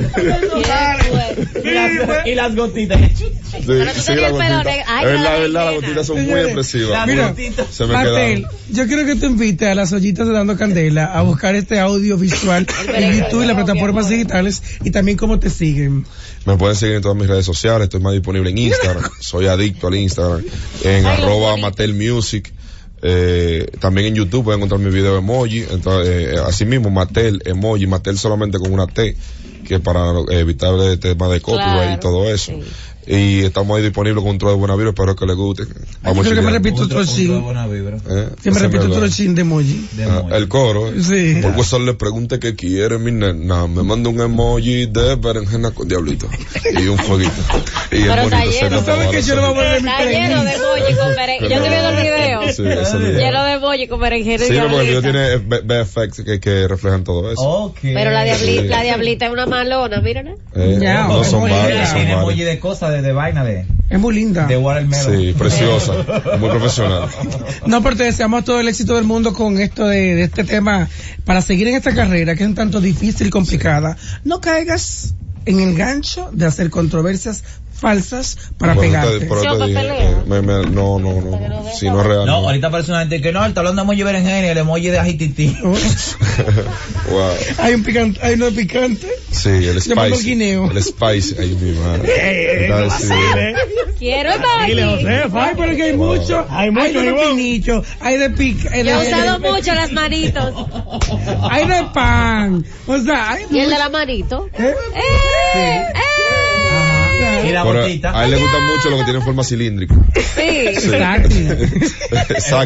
Speaker 3: que-
Speaker 1: Qué fuerte.
Speaker 3: Y
Speaker 2: pues.
Speaker 3: las- y las gotitas.
Speaker 6: Sí,
Speaker 1: Pero tú
Speaker 6: sí,
Speaker 1: tenías
Speaker 6: la
Speaker 1: el pelo
Speaker 6: gotita.
Speaker 1: negro. Ay,
Speaker 6: Es verdad,
Speaker 1: la
Speaker 6: es verdad, las
Speaker 1: berenjena.
Speaker 6: gotitas son muy
Speaker 4: Señores,
Speaker 6: expresivas.
Speaker 3: Las
Speaker 4: Mira,
Speaker 3: gotitas.
Speaker 6: Se me
Speaker 4: Martel,
Speaker 6: quedaron.
Speaker 4: yo quiero que tú invites a las ollitas de Dando Candela a buscar este audio visual en YouTube y las plataformas digitales y también cómo te siguen.
Speaker 6: Me pueden seguir en todas mis redes sociales, estoy más disponible
Speaker 1: <laughs>
Speaker 6: en Instagram, soy adicto al Instagram, en
Speaker 1: Ay, lo
Speaker 6: arroba
Speaker 1: bonito.
Speaker 6: Matel Music, eh, también en YouTube pueden encontrar mi video emoji, entonces, eh, así mismo Matel emoji, Matel solamente con una T, que para eh, evitar el tema de copyright
Speaker 1: Claro,
Speaker 6: y todo eso.
Speaker 1: sí.
Speaker 6: Y estamos ahí disponibles con un trozo de Buenaviro, espero que les guste.
Speaker 4: Yo
Speaker 6: Vamos
Speaker 4: creo que me
Speaker 6: chileando.
Speaker 4: repito otro chin.
Speaker 6: Eh,
Speaker 4: Que me
Speaker 6: ese
Speaker 4: repito
Speaker 6: reloj.
Speaker 4: otro chin de emoji.
Speaker 6: Ah, el coro. eh.
Speaker 4: Sí.
Speaker 6: Por WhatsApp le pregunté qué quiere mi nena. Me manda un emoji de berenjena con diablito. Y un fueguito. Y
Speaker 1: Pero
Speaker 6: es bonito.
Speaker 1: está lleno.
Speaker 6: nos va
Speaker 4: ¿Sabes
Speaker 6: a
Speaker 4: que yo
Speaker 6: abrazar.
Speaker 4: no voy a poner mi
Speaker 1: Está lleno de bolle con berenjena. Yo estoy viendo el video.
Speaker 6: Sí, ese video.
Speaker 1: Lleno de bolle con berenjena y
Speaker 6: Sí, no, porque el video
Speaker 1: diablita.
Speaker 6: tiene eh, B- BFX que, que reflejan todo eso.
Speaker 4: Oh,
Speaker 7: Okay.
Speaker 1: Pero la diablita,
Speaker 6: Sí.
Speaker 1: la diablita es una malona, mírala.
Speaker 6: Eh,
Speaker 4: Ya,
Speaker 6: no son
Speaker 4: oye,
Speaker 6: varios,
Speaker 4: ya.
Speaker 6: son
Speaker 7: Tiene emoji
Speaker 6: varios.
Speaker 7: de cosas, de, de vaina, de,
Speaker 4: Es muy linda.
Speaker 7: de watermelon.
Speaker 6: Sí,
Speaker 4: <laughs>
Speaker 6: preciosa, muy profesional.
Speaker 4: No, pero te deseamos todo el éxito del mundo con esto de, de este tema. Para seguir en esta carrera, que es un tanto difícil y complicada, no caigas en el gancho de hacer controversias falsas para
Speaker 6: Por eso te-
Speaker 4: pegarte.
Speaker 6: por eso
Speaker 1: Sí,
Speaker 6: te dije,
Speaker 1: papeleo.
Speaker 6: eh, me- me- no, no, no, si no es real.
Speaker 7: No,
Speaker 6: no.
Speaker 7: ahorita aparece una gente que no, el tablón de emoji berenjena y el emoji de ajititi.
Speaker 4: Oh,
Speaker 6: <laughs> Wow.
Speaker 4: <laughs> hay un picante, hay uno picante.
Speaker 6: Sí, el
Speaker 4: Se llama
Speaker 6: spicy.
Speaker 4: guineo.
Speaker 6: El spicy, ah. ay mi madre.
Speaker 2: Eh, eh,
Speaker 6: Está
Speaker 2: no
Speaker 6: decidido.
Speaker 2: vacile.
Speaker 1: Quiero el
Speaker 2: Dile,
Speaker 1: bolle.
Speaker 2: Josefa.
Speaker 4: Ay, pero que hay
Speaker 6: Wow.
Speaker 4: mucho.
Speaker 2: Hay
Speaker 4: Hay
Speaker 2: mucho,
Speaker 4: de
Speaker 2: Ivonne.
Speaker 4: pepinillo, hay de pic, hay de,
Speaker 1: Yo he usado mucho las manitos.
Speaker 4: hay de pan. O sea, hay
Speaker 1: ¿Y el de
Speaker 4: mucho.
Speaker 1: la manito?
Speaker 4: ¿Eh?
Speaker 1: ¡Eh! ¡Eh!
Speaker 7: Y la
Speaker 6: Pero
Speaker 7: botita.
Speaker 6: a él le gusta mucho lo que tiene
Speaker 4: <laughs>
Speaker 6: forma cilíndrica.
Speaker 1: Sí.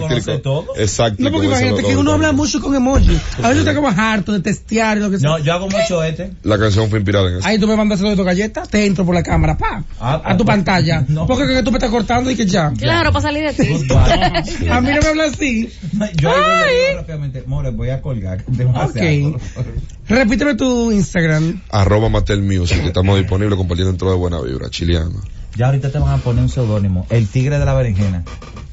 Speaker 7: conoce todo.
Speaker 6: <laughs> Exacto. Exacto.
Speaker 4: No, porque imagínate que uno habla mucho con emoji. A veces está como harto de testear y lo que
Speaker 7: <laughs>
Speaker 4: sea.
Speaker 7: No, yo hago mucho este.
Speaker 6: La canción fue inspirada en eso.
Speaker 4: Ahí tú me mandas lo de tu galleta, te entro por la cámara, pa,
Speaker 7: Ah,
Speaker 4: a tu
Speaker 7: ah,
Speaker 4: pantalla.
Speaker 7: no.
Speaker 4: Porque es que tú me estás cortando y que ya.
Speaker 1: Claro, para salir de ti.
Speaker 7: <laughs>
Speaker 4: A mí no me habla así.
Speaker 7: Yo ahí voy, le digo
Speaker 4: Ay.
Speaker 7: rápidamente, More, voy a colgar. <laughs> demasiado".
Speaker 4: Ok. Repíteme tu Instagram.
Speaker 6: Arroba Matel Music, que estamos disponibles compartiendo dentro de Buena Vibra, chiliana.
Speaker 7: Ya ahorita te van a poner un seudónimo, el tigre de la berenjena.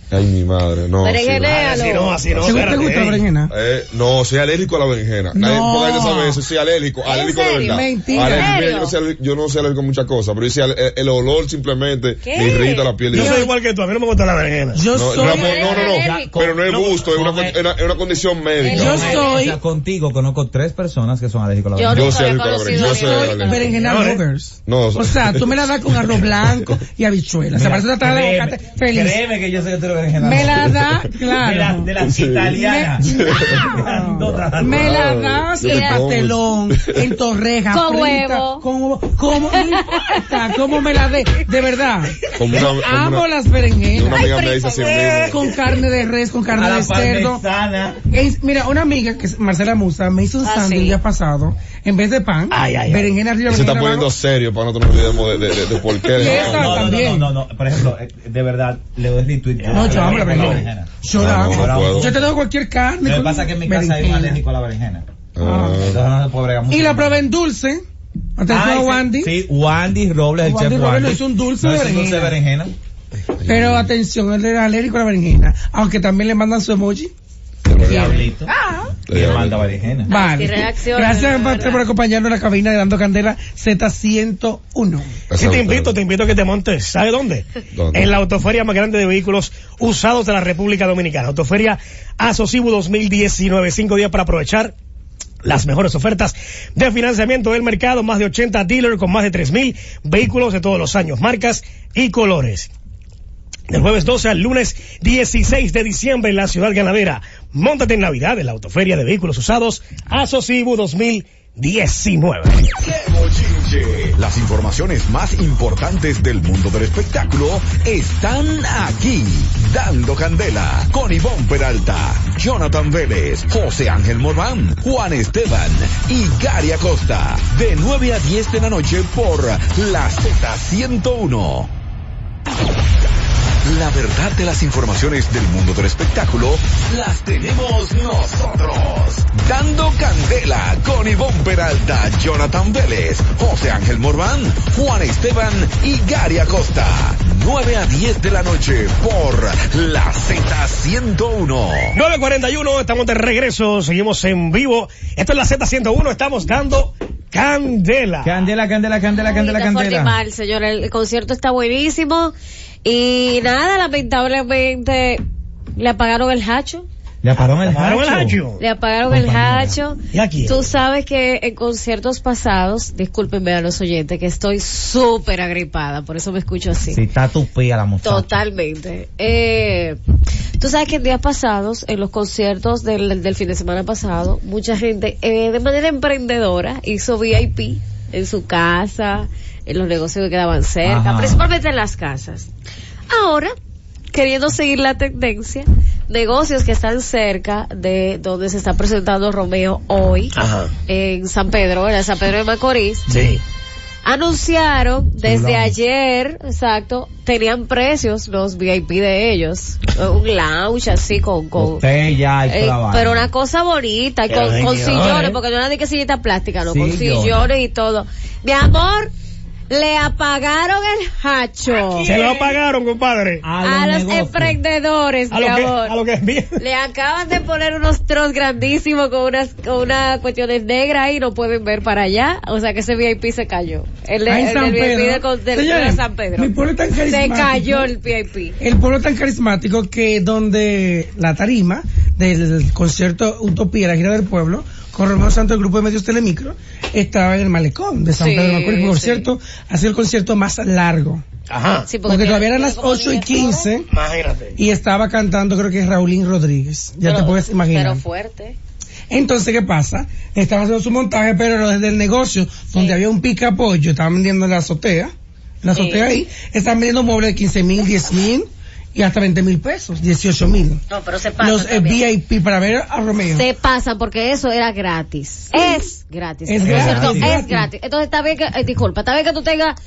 Speaker 6: Ay, mi madre, no.
Speaker 2: Así no,
Speaker 1: Berenjenéalo.
Speaker 2: así no.
Speaker 4: Si no te
Speaker 2: espérate,
Speaker 4: gusta la
Speaker 2: ey.
Speaker 4: berenjena.
Speaker 6: sí. Eh, no, soy alérgico a la berenjena.
Speaker 4: No.
Speaker 6: Nadie porque nadie sabe eso, soy alérgico, alérgico de
Speaker 1: serio?
Speaker 6: verdad.
Speaker 4: Mentira.
Speaker 6: Alérgico,
Speaker 1: ¿En
Speaker 6: mira, yo, no soy
Speaker 1: serio?
Speaker 6: alérgico- yo no soy alérgico a muchas cosas, pero yo soy al- el, el olor simplemente
Speaker 1: ¿Qué?
Speaker 6: me irrita la piel. y
Speaker 2: Yo
Speaker 6: yo-
Speaker 2: soy igual que tú, a mí no me gusta la berenjena.
Speaker 4: Yo
Speaker 6: no,
Speaker 4: soy,
Speaker 6: Ramón, no, no, no,
Speaker 1: Alérgico.
Speaker 6: pero no es
Speaker 7: No,
Speaker 6: gusto, es una,
Speaker 7: no,
Speaker 6: con-
Speaker 7: eh.
Speaker 6: es una, es una condición médica.
Speaker 4: yo
Speaker 1: Yo
Speaker 7: O
Speaker 4: soy,
Speaker 7: sea, contigo conozco tres personas que son alérgicos a la
Speaker 1: Yo
Speaker 7: berenjena.
Speaker 1: no
Speaker 6: Yo soy
Speaker 1: soy
Speaker 6: alérgico a la
Speaker 1: conocido.
Speaker 6: berenjena, yo
Speaker 4: soy
Speaker 6: soy alérgico.
Speaker 4: berenjena
Speaker 2: No, eh.
Speaker 4: lovers.
Speaker 6: No,
Speaker 4: O sea, tú me la das con arroz blanco y habichuelas. Se
Speaker 7: Mira,
Speaker 4: parece una tarta de
Speaker 7: créeme,
Speaker 4: aguacate feliz.
Speaker 7: Créeme que yo soy hetero berenjena.
Speaker 4: Me la da,
Speaker 7: De las
Speaker 4: claro.
Speaker 7: de las italianas.
Speaker 4: <laughs> Me, me la das
Speaker 6: Yo
Speaker 4: en
Speaker 6: te como.
Speaker 4: pastelón, en torreja,
Speaker 1: Con
Speaker 4: frita,
Speaker 1: huevo.
Speaker 4: con huevo, como no importa, como me la de, de verdad.
Speaker 6: Como una- como
Speaker 4: Amo
Speaker 6: una-
Speaker 4: las
Speaker 6: Y una
Speaker 4: berenjenas,
Speaker 6: amiga me dice así mismo.
Speaker 4: con carne de res, con
Speaker 7: A
Speaker 4: carne
Speaker 7: la
Speaker 4: de cerdo.
Speaker 7: parmesana.
Speaker 4: Es- mira, una amiga que es Marcela Musa me hizo un
Speaker 1: Ah,
Speaker 4: sándwich
Speaker 1: sí.
Speaker 4: el día pasado, en vez de pan,
Speaker 2: Ay, ay, ay.
Speaker 4: berenjena arriba,
Speaker 6: Se está
Speaker 4: berenjena
Speaker 6: poniendo
Speaker 4: abajo.
Speaker 6: serio para que nosotros nos olvidemos de, de, de, de por qué. Ah,
Speaker 4: Y
Speaker 7: No, no,
Speaker 4: esa
Speaker 7: no, no,
Speaker 4: también.
Speaker 7: no, no, Por ejemplo, eh, de verdad, le doy retweet.
Speaker 4: No, yo amo la berenjena. Yo la
Speaker 6: Ah, no,
Speaker 4: amo.
Speaker 7: no puedo.
Speaker 4: yo te doy cualquier carne.
Speaker 7: Lo que
Speaker 4: con
Speaker 7: pasa es que en mi casa hay un
Speaker 4: berenjena.
Speaker 7: alérgico a la berenjena.
Speaker 6: Ah.
Speaker 7: Entonces no se puede bregar mucho.
Speaker 4: Y la probé en dulce. Atención
Speaker 7: Ay,
Speaker 4: a
Speaker 7: sí,
Speaker 4: Wandy.
Speaker 7: Ah, Sí, Wandy Robles, el
Speaker 4: Wandy
Speaker 7: chef
Speaker 4: Robles
Speaker 7: Wandy.
Speaker 4: nos hizo un dulce
Speaker 7: Nos
Speaker 4: de
Speaker 7: hizo un dulce de berenjena.
Speaker 4: Pero atención, él era alérgico a la berenjena. Aunque también le mandan su emoji.
Speaker 7: Diablito. Y le manda berenjena.
Speaker 4: Vale.
Speaker 1: qué reacción, de
Speaker 4: Gracias,
Speaker 1: verdad.
Speaker 4: Pastor, por acompañarnos en la cabina de Dando Candela Z101.
Speaker 2: Sí, te invito, te invito a que te montes. ¿Sabes dónde?
Speaker 6: ¿Dónde?
Speaker 2: En la autoferia más grande de vehículos usados de la República Dominicana. Autoferia Asocibu 2019. Cinco días para aprovechar las mejores ofertas de financiamiento del mercado. Más de 80 dealers con más de 3.000 vehículos de todos los años, marcas y colores. Del jueves 12 al lunes 16 de diciembre en la ciudad ganadera. Móntate en Navidad en la autoferia de vehículos usados Asocibu 2019.
Speaker 5: Bochinche. Las informaciones más importantes del mundo del espectáculo están aquí. Dando Candela con Ivonne Peralta, Jonathan Vélez, José Ángel Morván, Juan Esteban y Gary Acosta. De 9 a 10 de la noche por la Z101. La verdad de las informaciones del mundo del espectáculo las tenemos nosotros. Dando candela con Ivonne Peralta, Jonathan Vélez, José Ángel Morván, Juan Esteban y Gary Acosta. 9 a 10 de la noche por la Z101.
Speaker 2: 941, estamos de regreso, seguimos en vivo. Esto es la Z101, estamos dando candela.
Speaker 7: Candela, candela, candela, candela,
Speaker 1: Ay, está fuerte y
Speaker 7: candela.
Speaker 1: mal, señor. El concierto está buenísimo. Y nada, lamentablemente le apagaron el hacho.
Speaker 7: Le apagaron el
Speaker 2: Claro, el
Speaker 7: hacho.
Speaker 2: hacho.
Speaker 1: Le apagaron el
Speaker 7: Compañera.
Speaker 1: hacho.
Speaker 2: ¿Y aquí?
Speaker 1: Tú sabes que en conciertos pasados, discúlpenme a los oyentes, que estoy súper agripada, por eso me escucho así.
Speaker 7: Sí, está tupida la muchacha.
Speaker 1: Totalmente. Eh, tú sabes que en días pasados, en los conciertos del, del fin de semana pasado, mucha gente eh, de manera emprendedora hizo VIP en su casa, en los negocios que quedaban cerca,
Speaker 3: Ajá.
Speaker 1: principalmente en las casas. Ahora, queriendo seguir la tendencia, negocios que están cerca de donde se está presentando Romeo hoy,
Speaker 2: Ajá.
Speaker 1: en San Pedro, en San Pedro de Macorís,
Speaker 2: Sí.
Speaker 1: anunciaron desde ayer, exacto, tenían precios los VIP de ellos, Eh, un lounge así con... con
Speaker 7: Usted ya hay
Speaker 4: Eh,
Speaker 1: Ey, pero una cosa bonita, y
Speaker 2: Pero
Speaker 1: con, con
Speaker 2: señores.
Speaker 1: sillones, porque yo no dije sillita plástica, no, con
Speaker 7: Sillones.
Speaker 1: sillones y todo. Mi amor, le apagaron el hacho
Speaker 2: Se lo pagaron, compadre.
Speaker 4: Ah,
Speaker 1: a, los emprendedores,
Speaker 2: A
Speaker 1: mi
Speaker 2: lo que,
Speaker 1: amor.
Speaker 2: a lo que envían.
Speaker 1: <laughs> Le acaban de poner unos trons grandísimos con unas con unas cuestiones negras y no pueden ver para allá. O sea que ese VIP se cayó. El, de-
Speaker 4: Ah, en
Speaker 1: el del VIP de, con- del-
Speaker 4: Señores,
Speaker 1: de San Pedro.
Speaker 4: Mi pueblo es tan
Speaker 1: Se
Speaker 4: carismático.
Speaker 1: cayó el VIP.
Speaker 4: El pueblo es tan carismático que donde la tarima del concierto Utopía, la gira del pueblo, con Romeo Santos, el grupo de medios Telemicro, estaba en el malecón de San
Speaker 1: Sí,
Speaker 4: Pedro de Macorís. Por
Speaker 1: sí.
Speaker 4: cierto, ha sido el concierto más largo.
Speaker 2: Ajá.
Speaker 1: Sí,
Speaker 4: Porque,
Speaker 1: tiene-
Speaker 4: todavía eran
Speaker 1: tiene
Speaker 4: las
Speaker 1: como
Speaker 4: 8 y
Speaker 1: 10 horas.
Speaker 4: 15
Speaker 2: Imagínate.
Speaker 4: y estaba cantando creo que es Raulín Rodríguez. Ya te
Speaker 1: Pero-
Speaker 4: puedes imaginar.
Speaker 1: Pero fuerte.
Speaker 4: Entonces, ¿qué pasa? Estaban haciendo su montaje, pero desde el negocio, donde había un pica pollo, estaban vendiendo en la azotea, en la azotea
Speaker 1: Sí.
Speaker 4: ahí, estaban vendiendo muebles de 15 mil, 10 mil y hasta 20 mil pesos, 18 mil.
Speaker 1: No, pero se pasa.
Speaker 4: Los eh, VIP para ver a Romeo.
Speaker 1: se pasa porque eso era gratis. Es gratis.
Speaker 4: Es
Speaker 1: El concierto
Speaker 4: gratis.
Speaker 1: Es gratis. Entonces está bien que, eh, disculpa, está bien que tú tengas,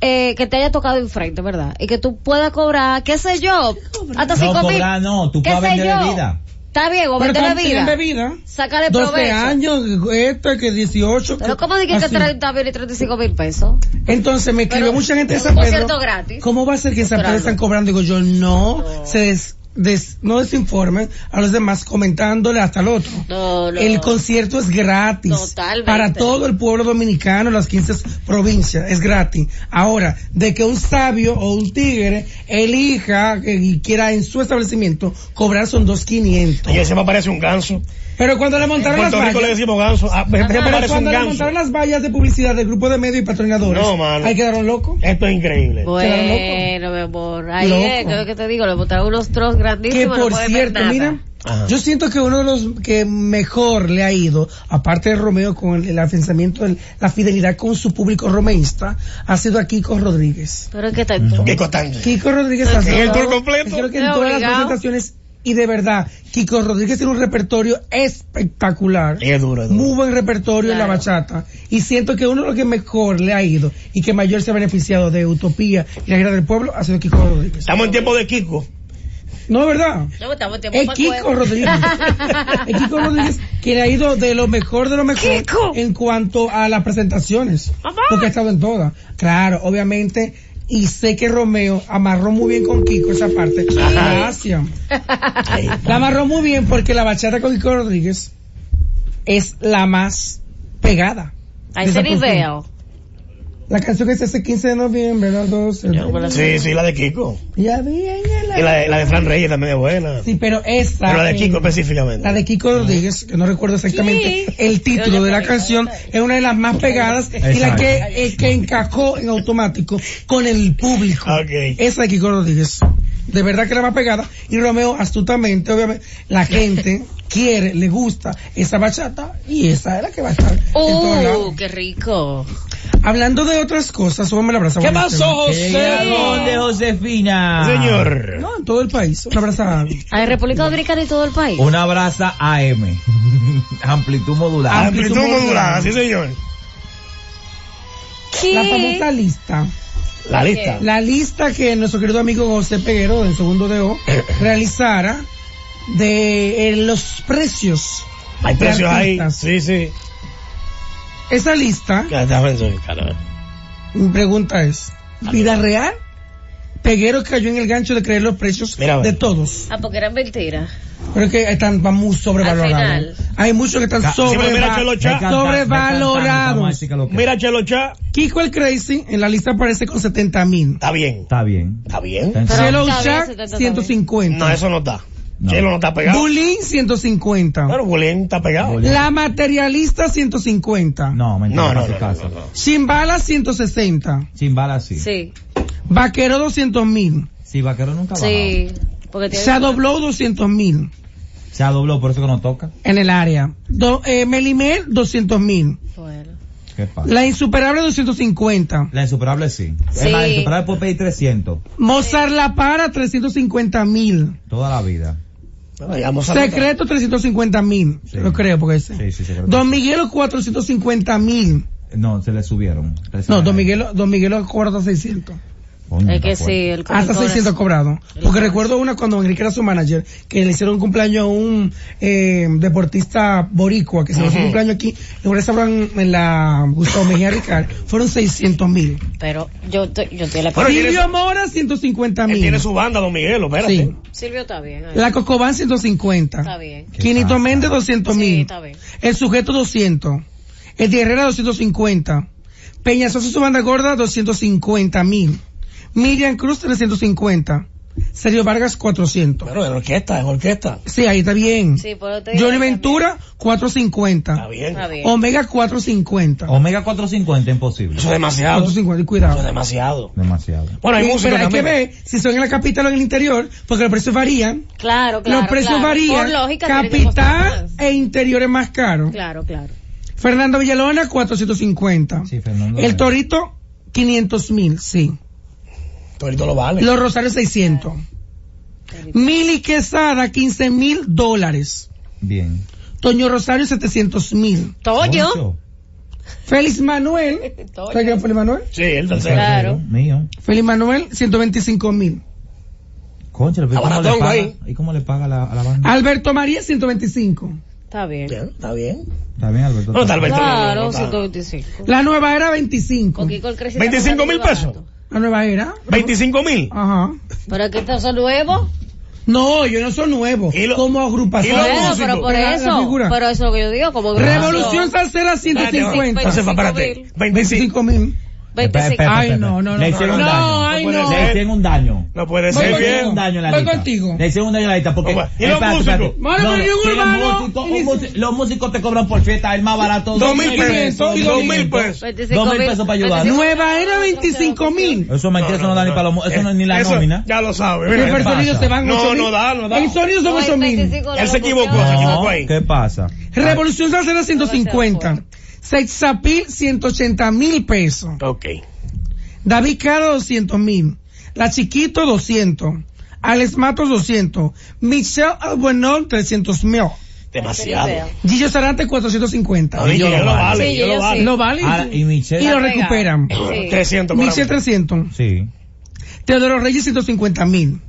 Speaker 1: eh, que te haya tocado enfrente, ¿verdad? Y que tú puedas cobrar, qué sé yo, hasta
Speaker 7: No,
Speaker 1: cinco mil.
Speaker 7: cobrar no, tú
Speaker 1: ¿Qué
Speaker 7: puedes
Speaker 1: sé
Speaker 7: vender
Speaker 1: yo?
Speaker 7: bebida.
Speaker 1: Está bien, o
Speaker 4: pero
Speaker 1: vender
Speaker 4: están- tienen
Speaker 1: bebida.
Speaker 4: bebida.
Speaker 1: Sácale
Speaker 4: 12
Speaker 1: provecho.
Speaker 4: años, esto, que 18.
Speaker 1: Pero
Speaker 4: que-
Speaker 1: ¿cómo dije que
Speaker 4: así.
Speaker 1: 30 mil y 35 mil pesos?
Speaker 4: Entonces me escribió
Speaker 1: Pero,
Speaker 4: mucha gente de
Speaker 1: un
Speaker 4: San Pedro.
Speaker 1: concierto gratis.
Speaker 4: ¿Cómo va a ser que en San Pedro
Speaker 1: Claro.
Speaker 4: están cobrando? Digo yo, no, se des- des- no desinformen a los demás comentándole hasta el otro.
Speaker 1: No, no.
Speaker 4: El concierto es gratis.
Speaker 1: Totalmente.
Speaker 4: Para todo el pueblo dominicano, las 15 provincias, es gratis. Ahora, de que un sabio o un tigre elija eh, y quiera en su establecimiento cobrar son 2.500.
Speaker 2: Y ese me parece un ganso.
Speaker 4: Pero cuando le
Speaker 2: En
Speaker 4: montaron las
Speaker 2: Puerto Rico le
Speaker 4: vallas,
Speaker 2: decimos ganso. Ah, me- me
Speaker 4: pero
Speaker 2: parece un
Speaker 4: cuando le
Speaker 2: ganso.
Speaker 4: montaron las vallas de publicidad del grupo de medios y patrocinadores,
Speaker 2: No, mano.
Speaker 4: ahí quedaron locos.
Speaker 2: Esto es increíble.
Speaker 4: Quedaron locos.
Speaker 1: Bueno, mi amor. Ahí
Speaker 4: Loco.
Speaker 1: es, creo que te digo, le botaron unos trozos
Speaker 4: Que
Speaker 1: grandísimos. no
Speaker 4: por
Speaker 1: puedes ver
Speaker 4: cierto,
Speaker 1: nada.
Speaker 4: mira,
Speaker 2: Ajá.
Speaker 4: yo siento que uno de los que mejor le ha ido, aparte de Romeo con el, el afianzamiento, el- la fidelidad con su público romeísta, ha sido a Kiko Rodríguez.
Speaker 1: Pero es que está en todo.
Speaker 4: Mm.
Speaker 2: Qué constante.
Speaker 4: Kiko Rodríguez ha sido
Speaker 2: el tour completo?
Speaker 4: Creo que en
Speaker 1: Qué
Speaker 4: todas las
Speaker 1: obligado.
Speaker 4: presentaciones y de verdad, Kiko Rodríguez tiene un repertorio espectacular.
Speaker 2: Es duro, es duro.
Speaker 4: Muy buen repertorio en la
Speaker 1: Claro.
Speaker 4: bachata. Y siento que uno de los que mejor le ha ido y que mayor se ha beneficiado de Utopía y la Guerra del Pueblo ha sido Kiko Rodríguez.
Speaker 2: Estamos en tiempo de Kiko.
Speaker 4: No, ¿verdad?
Speaker 1: No, estamos en tiempo
Speaker 4: Es
Speaker 1: para
Speaker 4: Eh, Kiko
Speaker 1: cuerno.
Speaker 4: Rodríguez. Es Kiko Rodríguez que le ha ido de lo mejor de lo mejor
Speaker 1: Kiko.
Speaker 4: en cuanto a las presentaciones.
Speaker 1: Papá.
Speaker 4: Porque ha estado en todas. Claro, obviamente. Y sé que Romeo amarró muy bien con Kiko esa parte. Gracias. La amarró muy bien porque la bachata con Kiko Rodríguez es la más pegada.
Speaker 1: A
Speaker 4: de esa
Speaker 1: ese
Speaker 4: canción.
Speaker 1: nivel.
Speaker 4: La canción que se hace 15 de noviembre, ¿no? 12.
Speaker 2: <laughs> Sí, sí, la de Kiko.
Speaker 4: Ya viene la-
Speaker 2: Y la de, la de Fran Reyes también es buena.
Speaker 4: Sí, pero esa.
Speaker 2: Pero la de Kiko
Speaker 4: eh,
Speaker 2: específicamente.
Speaker 4: La de Kiko Rodríguez, que no recuerdo exactamente
Speaker 1: Sí.
Speaker 4: el
Speaker 1: Yo
Speaker 4: título
Speaker 1: ya
Speaker 4: de la
Speaker 1: por ahí,
Speaker 4: canción, es una de las más pegadas y la que, eh, que encajó en automático con el público.
Speaker 2: Ok.
Speaker 4: Esa de Kiko Rodríguez. De verdad que la más pegada. Y Romeo, astutamente, obviamente,
Speaker 2: <laughs>
Speaker 4: la gente quiere, le gusta esa bachata y esa es la que va a estar. en
Speaker 2: Oh.
Speaker 4: todos
Speaker 1: Uh,
Speaker 4: lados.
Speaker 1: qué rico.
Speaker 4: Hablando de otras cosas, súbame la brasa.
Speaker 2: ¿Qué
Speaker 4: Buenas
Speaker 2: pasó,
Speaker 4: tardes.
Speaker 7: ¿A dónde,
Speaker 2: José?
Speaker 4: Ah.
Speaker 7: Josefina?
Speaker 2: Señor.
Speaker 4: No, en todo el país. Una brasa.
Speaker 1: Hay República Dominicana y todo el país.
Speaker 7: Una brasa AM. Amplitud modulada.
Speaker 2: Ah, Amplitud modulada, sí, señor.
Speaker 4: La famosa lista.
Speaker 2: La lista.
Speaker 4: la lista que nuestro querido amigo José Peguero, del segundo
Speaker 2: <coughs>
Speaker 4: de O, realizara de eh, los precios.
Speaker 2: Hay
Speaker 4: de
Speaker 2: precios ahí.
Speaker 4: artistas.
Speaker 2: Sí, sí.
Speaker 4: Esa lista,
Speaker 2: Ya está, Benzo, cara.
Speaker 4: mi pregunta es, ¿vida real? Peguero cayó en el gancho de creer los precios
Speaker 2: Mira, a ver.
Speaker 4: de todos.
Speaker 1: Ah, porque eran mentiras.
Speaker 4: Pero es que están van muy
Speaker 1: Al
Speaker 4: sobrevalorados. ¿eh?
Speaker 1: final.
Speaker 4: Hay muchos que están
Speaker 7: Ca- sí,
Speaker 2: pero mira, Chelo Cha.
Speaker 4: sobreva- sobrevalorados.
Speaker 2: Mira, Chelo Cha.
Speaker 4: Kiko el Crazy en la lista aparece con 70 mil.
Speaker 2: Está bien.
Speaker 7: Está bien.
Speaker 2: Está bien.
Speaker 7: Está en-
Speaker 4: Chelo
Speaker 1: Está bien,
Speaker 4: Shack,
Speaker 1: 70 también.
Speaker 4: 150.
Speaker 2: No, eso no está.
Speaker 7: No.
Speaker 2: Chelo no está pegado.
Speaker 4: Bullying 150.
Speaker 2: Pero Julián está pegado.
Speaker 7: Bulín.
Speaker 4: La materialista 150.
Speaker 7: No, mentira,
Speaker 2: No, no,
Speaker 7: para su
Speaker 2: no,
Speaker 7: casa.
Speaker 2: no, no, no.
Speaker 4: Chimbala 160.
Speaker 7: Chimbala sí. Sí,
Speaker 1: Sí,
Speaker 4: Vaquero 200 mil.
Speaker 7: vaquero nunca
Speaker 1: sí. Porque tiene-
Speaker 4: Shadow Blow 200 mil.
Speaker 7: baja. Se ha doblado, por eso que no toca.
Speaker 4: En el área. Do, eh, Melimel 200 mil.
Speaker 1: Bueno.
Speaker 7: ¿Qué pasa?
Speaker 4: La insuperable 250.
Speaker 7: La insuperable sí.
Speaker 1: Sí.
Speaker 7: Es más, la insuperable puede pedir 300
Speaker 4: Mozart La Para 350 mil.
Speaker 7: toda la vida.
Speaker 2: Vayamos a
Speaker 4: Secreto 350 mil.
Speaker 7: Sí.
Speaker 4: Lo creo porque ese.
Speaker 7: Sí, sí, secreto.
Speaker 4: Don Miguelo 450 mil.
Speaker 7: No, se le subieron.
Speaker 4: No, Don Miguelo, Don Miguelo cobra 600.
Speaker 7: Coño,
Speaker 1: Es
Speaker 7: no
Speaker 1: que
Speaker 7: acuerdo.
Speaker 1: sí, el
Speaker 4: Hasta
Speaker 1: conductor
Speaker 4: 600
Speaker 1: es-
Speaker 4: Ah, cobrado. Porque recuerdo una cuando Enrique era su manager, que le hicieron un cumpleaños a un eh, deportista boricua, que se le hizo un cumpleaños aquí, en un restaurante en la Gustavo Mejía Ricard, fueron 600 mil.
Speaker 1: Pero yo, te- yo estoy a la
Speaker 2: Bueno, tiene
Speaker 4: Silvio
Speaker 2: su-
Speaker 4: Mora,
Speaker 1: Eh,
Speaker 4: 150
Speaker 2: Él tiene
Speaker 4: mil.
Speaker 2: su banda, don Miguelo, espérate.
Speaker 4: Sí.
Speaker 1: Silvio está bien. ahí.
Speaker 4: La Cocobán, 150.
Speaker 1: Está bien.
Speaker 4: Quinito Méndez, 200
Speaker 1: Sí,
Speaker 4: mil.
Speaker 1: está bien.
Speaker 4: El sujeto, 200. El de Herrera, 250. Peña Sosa, su banda gorda, 250 mil. Miriam Cruz, 350. Sergio Vargas, 400.
Speaker 2: Pero en orquesta, en orquesta.
Speaker 4: Sí, ahí está bien.
Speaker 1: Sí, pero te digo
Speaker 4: Johnny
Speaker 1: que
Speaker 4: Ventura,
Speaker 2: Está
Speaker 4: 450.
Speaker 2: bien.
Speaker 1: Está bien. Oh,
Speaker 4: Omega, 450.
Speaker 7: Omega 450, imposible.
Speaker 2: Eso es demasiado. Eso
Speaker 4: 450, y
Speaker 2: es
Speaker 4: cuidado.
Speaker 2: demasiado.
Speaker 7: Demasiado.
Speaker 2: Bueno, hay
Speaker 4: Sí,
Speaker 2: música
Speaker 4: pero hay que
Speaker 2: también.
Speaker 4: ver si son en la capital o en el interior, porque los precios varían.
Speaker 1: Claro, claro.
Speaker 4: los precios
Speaker 1: claro. Por
Speaker 4: varían.
Speaker 1: lógica, tiene que costar
Speaker 4: Capital
Speaker 1: más.
Speaker 4: e interior es más caro.
Speaker 1: Claro, claro.
Speaker 4: Fernando Villalona, 450.
Speaker 7: Sí, Fernando.
Speaker 4: el Torito, 500 mil, sí.
Speaker 2: Torito lo vale.
Speaker 4: Los Rosarios, 600. Mili Quesada, 15 mil dólares.
Speaker 7: Bien.
Speaker 4: Toño Rosario, 700 mil.
Speaker 1: Toño.
Speaker 7: Ocho.
Speaker 4: Félix Manuel. ¿Sabes quién es Félix Manuel?
Speaker 2: Sí, el tercero.
Speaker 1: Claro.
Speaker 7: Mío.
Speaker 4: Félix Manuel, 125 mil.
Speaker 7: Concha, ¿y cómo le
Speaker 2: Abaratongo
Speaker 7: paga?
Speaker 2: ahí.
Speaker 7: ¿Y cómo le paga la, a la banda?
Speaker 4: Alberto María, 125.
Speaker 1: Está bien.
Speaker 2: Bien, está bien.
Speaker 7: Está bien, Alberto.
Speaker 2: Bueno, tal vez.
Speaker 1: Claro,
Speaker 2: Alberto, no, no, no,
Speaker 1: 125.
Speaker 4: La nueva era, 25.
Speaker 1: Con Kiko el Crescente
Speaker 2: 25 mil
Speaker 1: está muy
Speaker 2: pesos.
Speaker 1: barato.
Speaker 4: La nueva era.
Speaker 2: 25 mil.
Speaker 4: Ajá.
Speaker 1: Pero aquí estos son nuevos.
Speaker 4: No, yo no soy nuevo.
Speaker 2: Y lo-
Speaker 4: como agrupación.
Speaker 2: y
Speaker 1: Bueno,
Speaker 2: los
Speaker 1: pero por
Speaker 4: La- la
Speaker 1: eso.
Speaker 4: figura.
Speaker 1: Pero eso es lo que yo digo. Como
Speaker 4: Revolución
Speaker 1: grupo.
Speaker 4: Salsera, 150.
Speaker 2: Entonces,
Speaker 1: 25
Speaker 2: espérate.
Speaker 1: mil.
Speaker 2: 25.
Speaker 4: 25 mil.
Speaker 7: Espera,
Speaker 1: 25.
Speaker 7: espera,
Speaker 4: Ay,
Speaker 7: espera.
Speaker 4: no, no, no.
Speaker 7: Le hicieron
Speaker 4: No,
Speaker 7: un daño.
Speaker 4: ay, no. eh.
Speaker 7: Le hicieron un daño.
Speaker 2: No puede
Speaker 4: Voy
Speaker 2: ser
Speaker 7: Le
Speaker 4: contigo.
Speaker 7: hicieron
Speaker 2: bien.
Speaker 7: un daño en la
Speaker 4: Voy
Speaker 7: lista.
Speaker 4: contigo.
Speaker 7: Le hicieron un daño en la lista porque...
Speaker 2: Vamos, ¿y los
Speaker 7: espérate, espérate.
Speaker 2: músicos?
Speaker 4: Bueno, pero yo un
Speaker 7: si los
Speaker 4: urbano.
Speaker 7: músicos- un músico- Los músicos te cobran por fiesta, el más barato.
Speaker 2: 2 mil
Speaker 4: 2500
Speaker 2: pesos.
Speaker 4: y
Speaker 2: 2 mil pesos.
Speaker 1: 25
Speaker 7: Dos mil pesos para ayudar.
Speaker 4: Nueva era, 25 mil.
Speaker 7: Eso es mentira, eso no da ni para los mu- Eso no es ni la nómina.
Speaker 2: Ya lo sabe.
Speaker 4: Pero
Speaker 2: mira.
Speaker 4: el
Speaker 7: pasa?
Speaker 4: sonido se van
Speaker 2: No,
Speaker 4: 8.000.
Speaker 2: no da, no da.
Speaker 4: El sonido son
Speaker 1: No, el
Speaker 4: 8 mil.
Speaker 1: 25 lo
Speaker 2: Él se
Speaker 1: locución.
Speaker 2: equivocó, se equivocó ahí.
Speaker 7: ¿Qué pasa?
Speaker 4: Revolución Salsera, 150. Sexapil, 180 mil pesos.
Speaker 2: Ok.
Speaker 4: David Caro, 200 mil. La Chiquito, 200. Alex Matos, 200. Michelle Albuenol, 300 mil.
Speaker 2: Demasiado.
Speaker 4: Gillo Sarante, 450.
Speaker 2: No, yo lo vale.
Speaker 1: Sí, yo
Speaker 2: Yo lo
Speaker 1: sí.
Speaker 2: vale.
Speaker 4: Lo valen.
Speaker 7: Ahora, y Michelle.
Speaker 4: Y lo
Speaker 1: Está pegado.
Speaker 4: recuperan.
Speaker 1: Sí.
Speaker 2: 300. por
Speaker 4: Michelle,
Speaker 2: ahora.
Speaker 4: 300.
Speaker 7: Sí.
Speaker 4: Teodoro Reyes, 150 mil.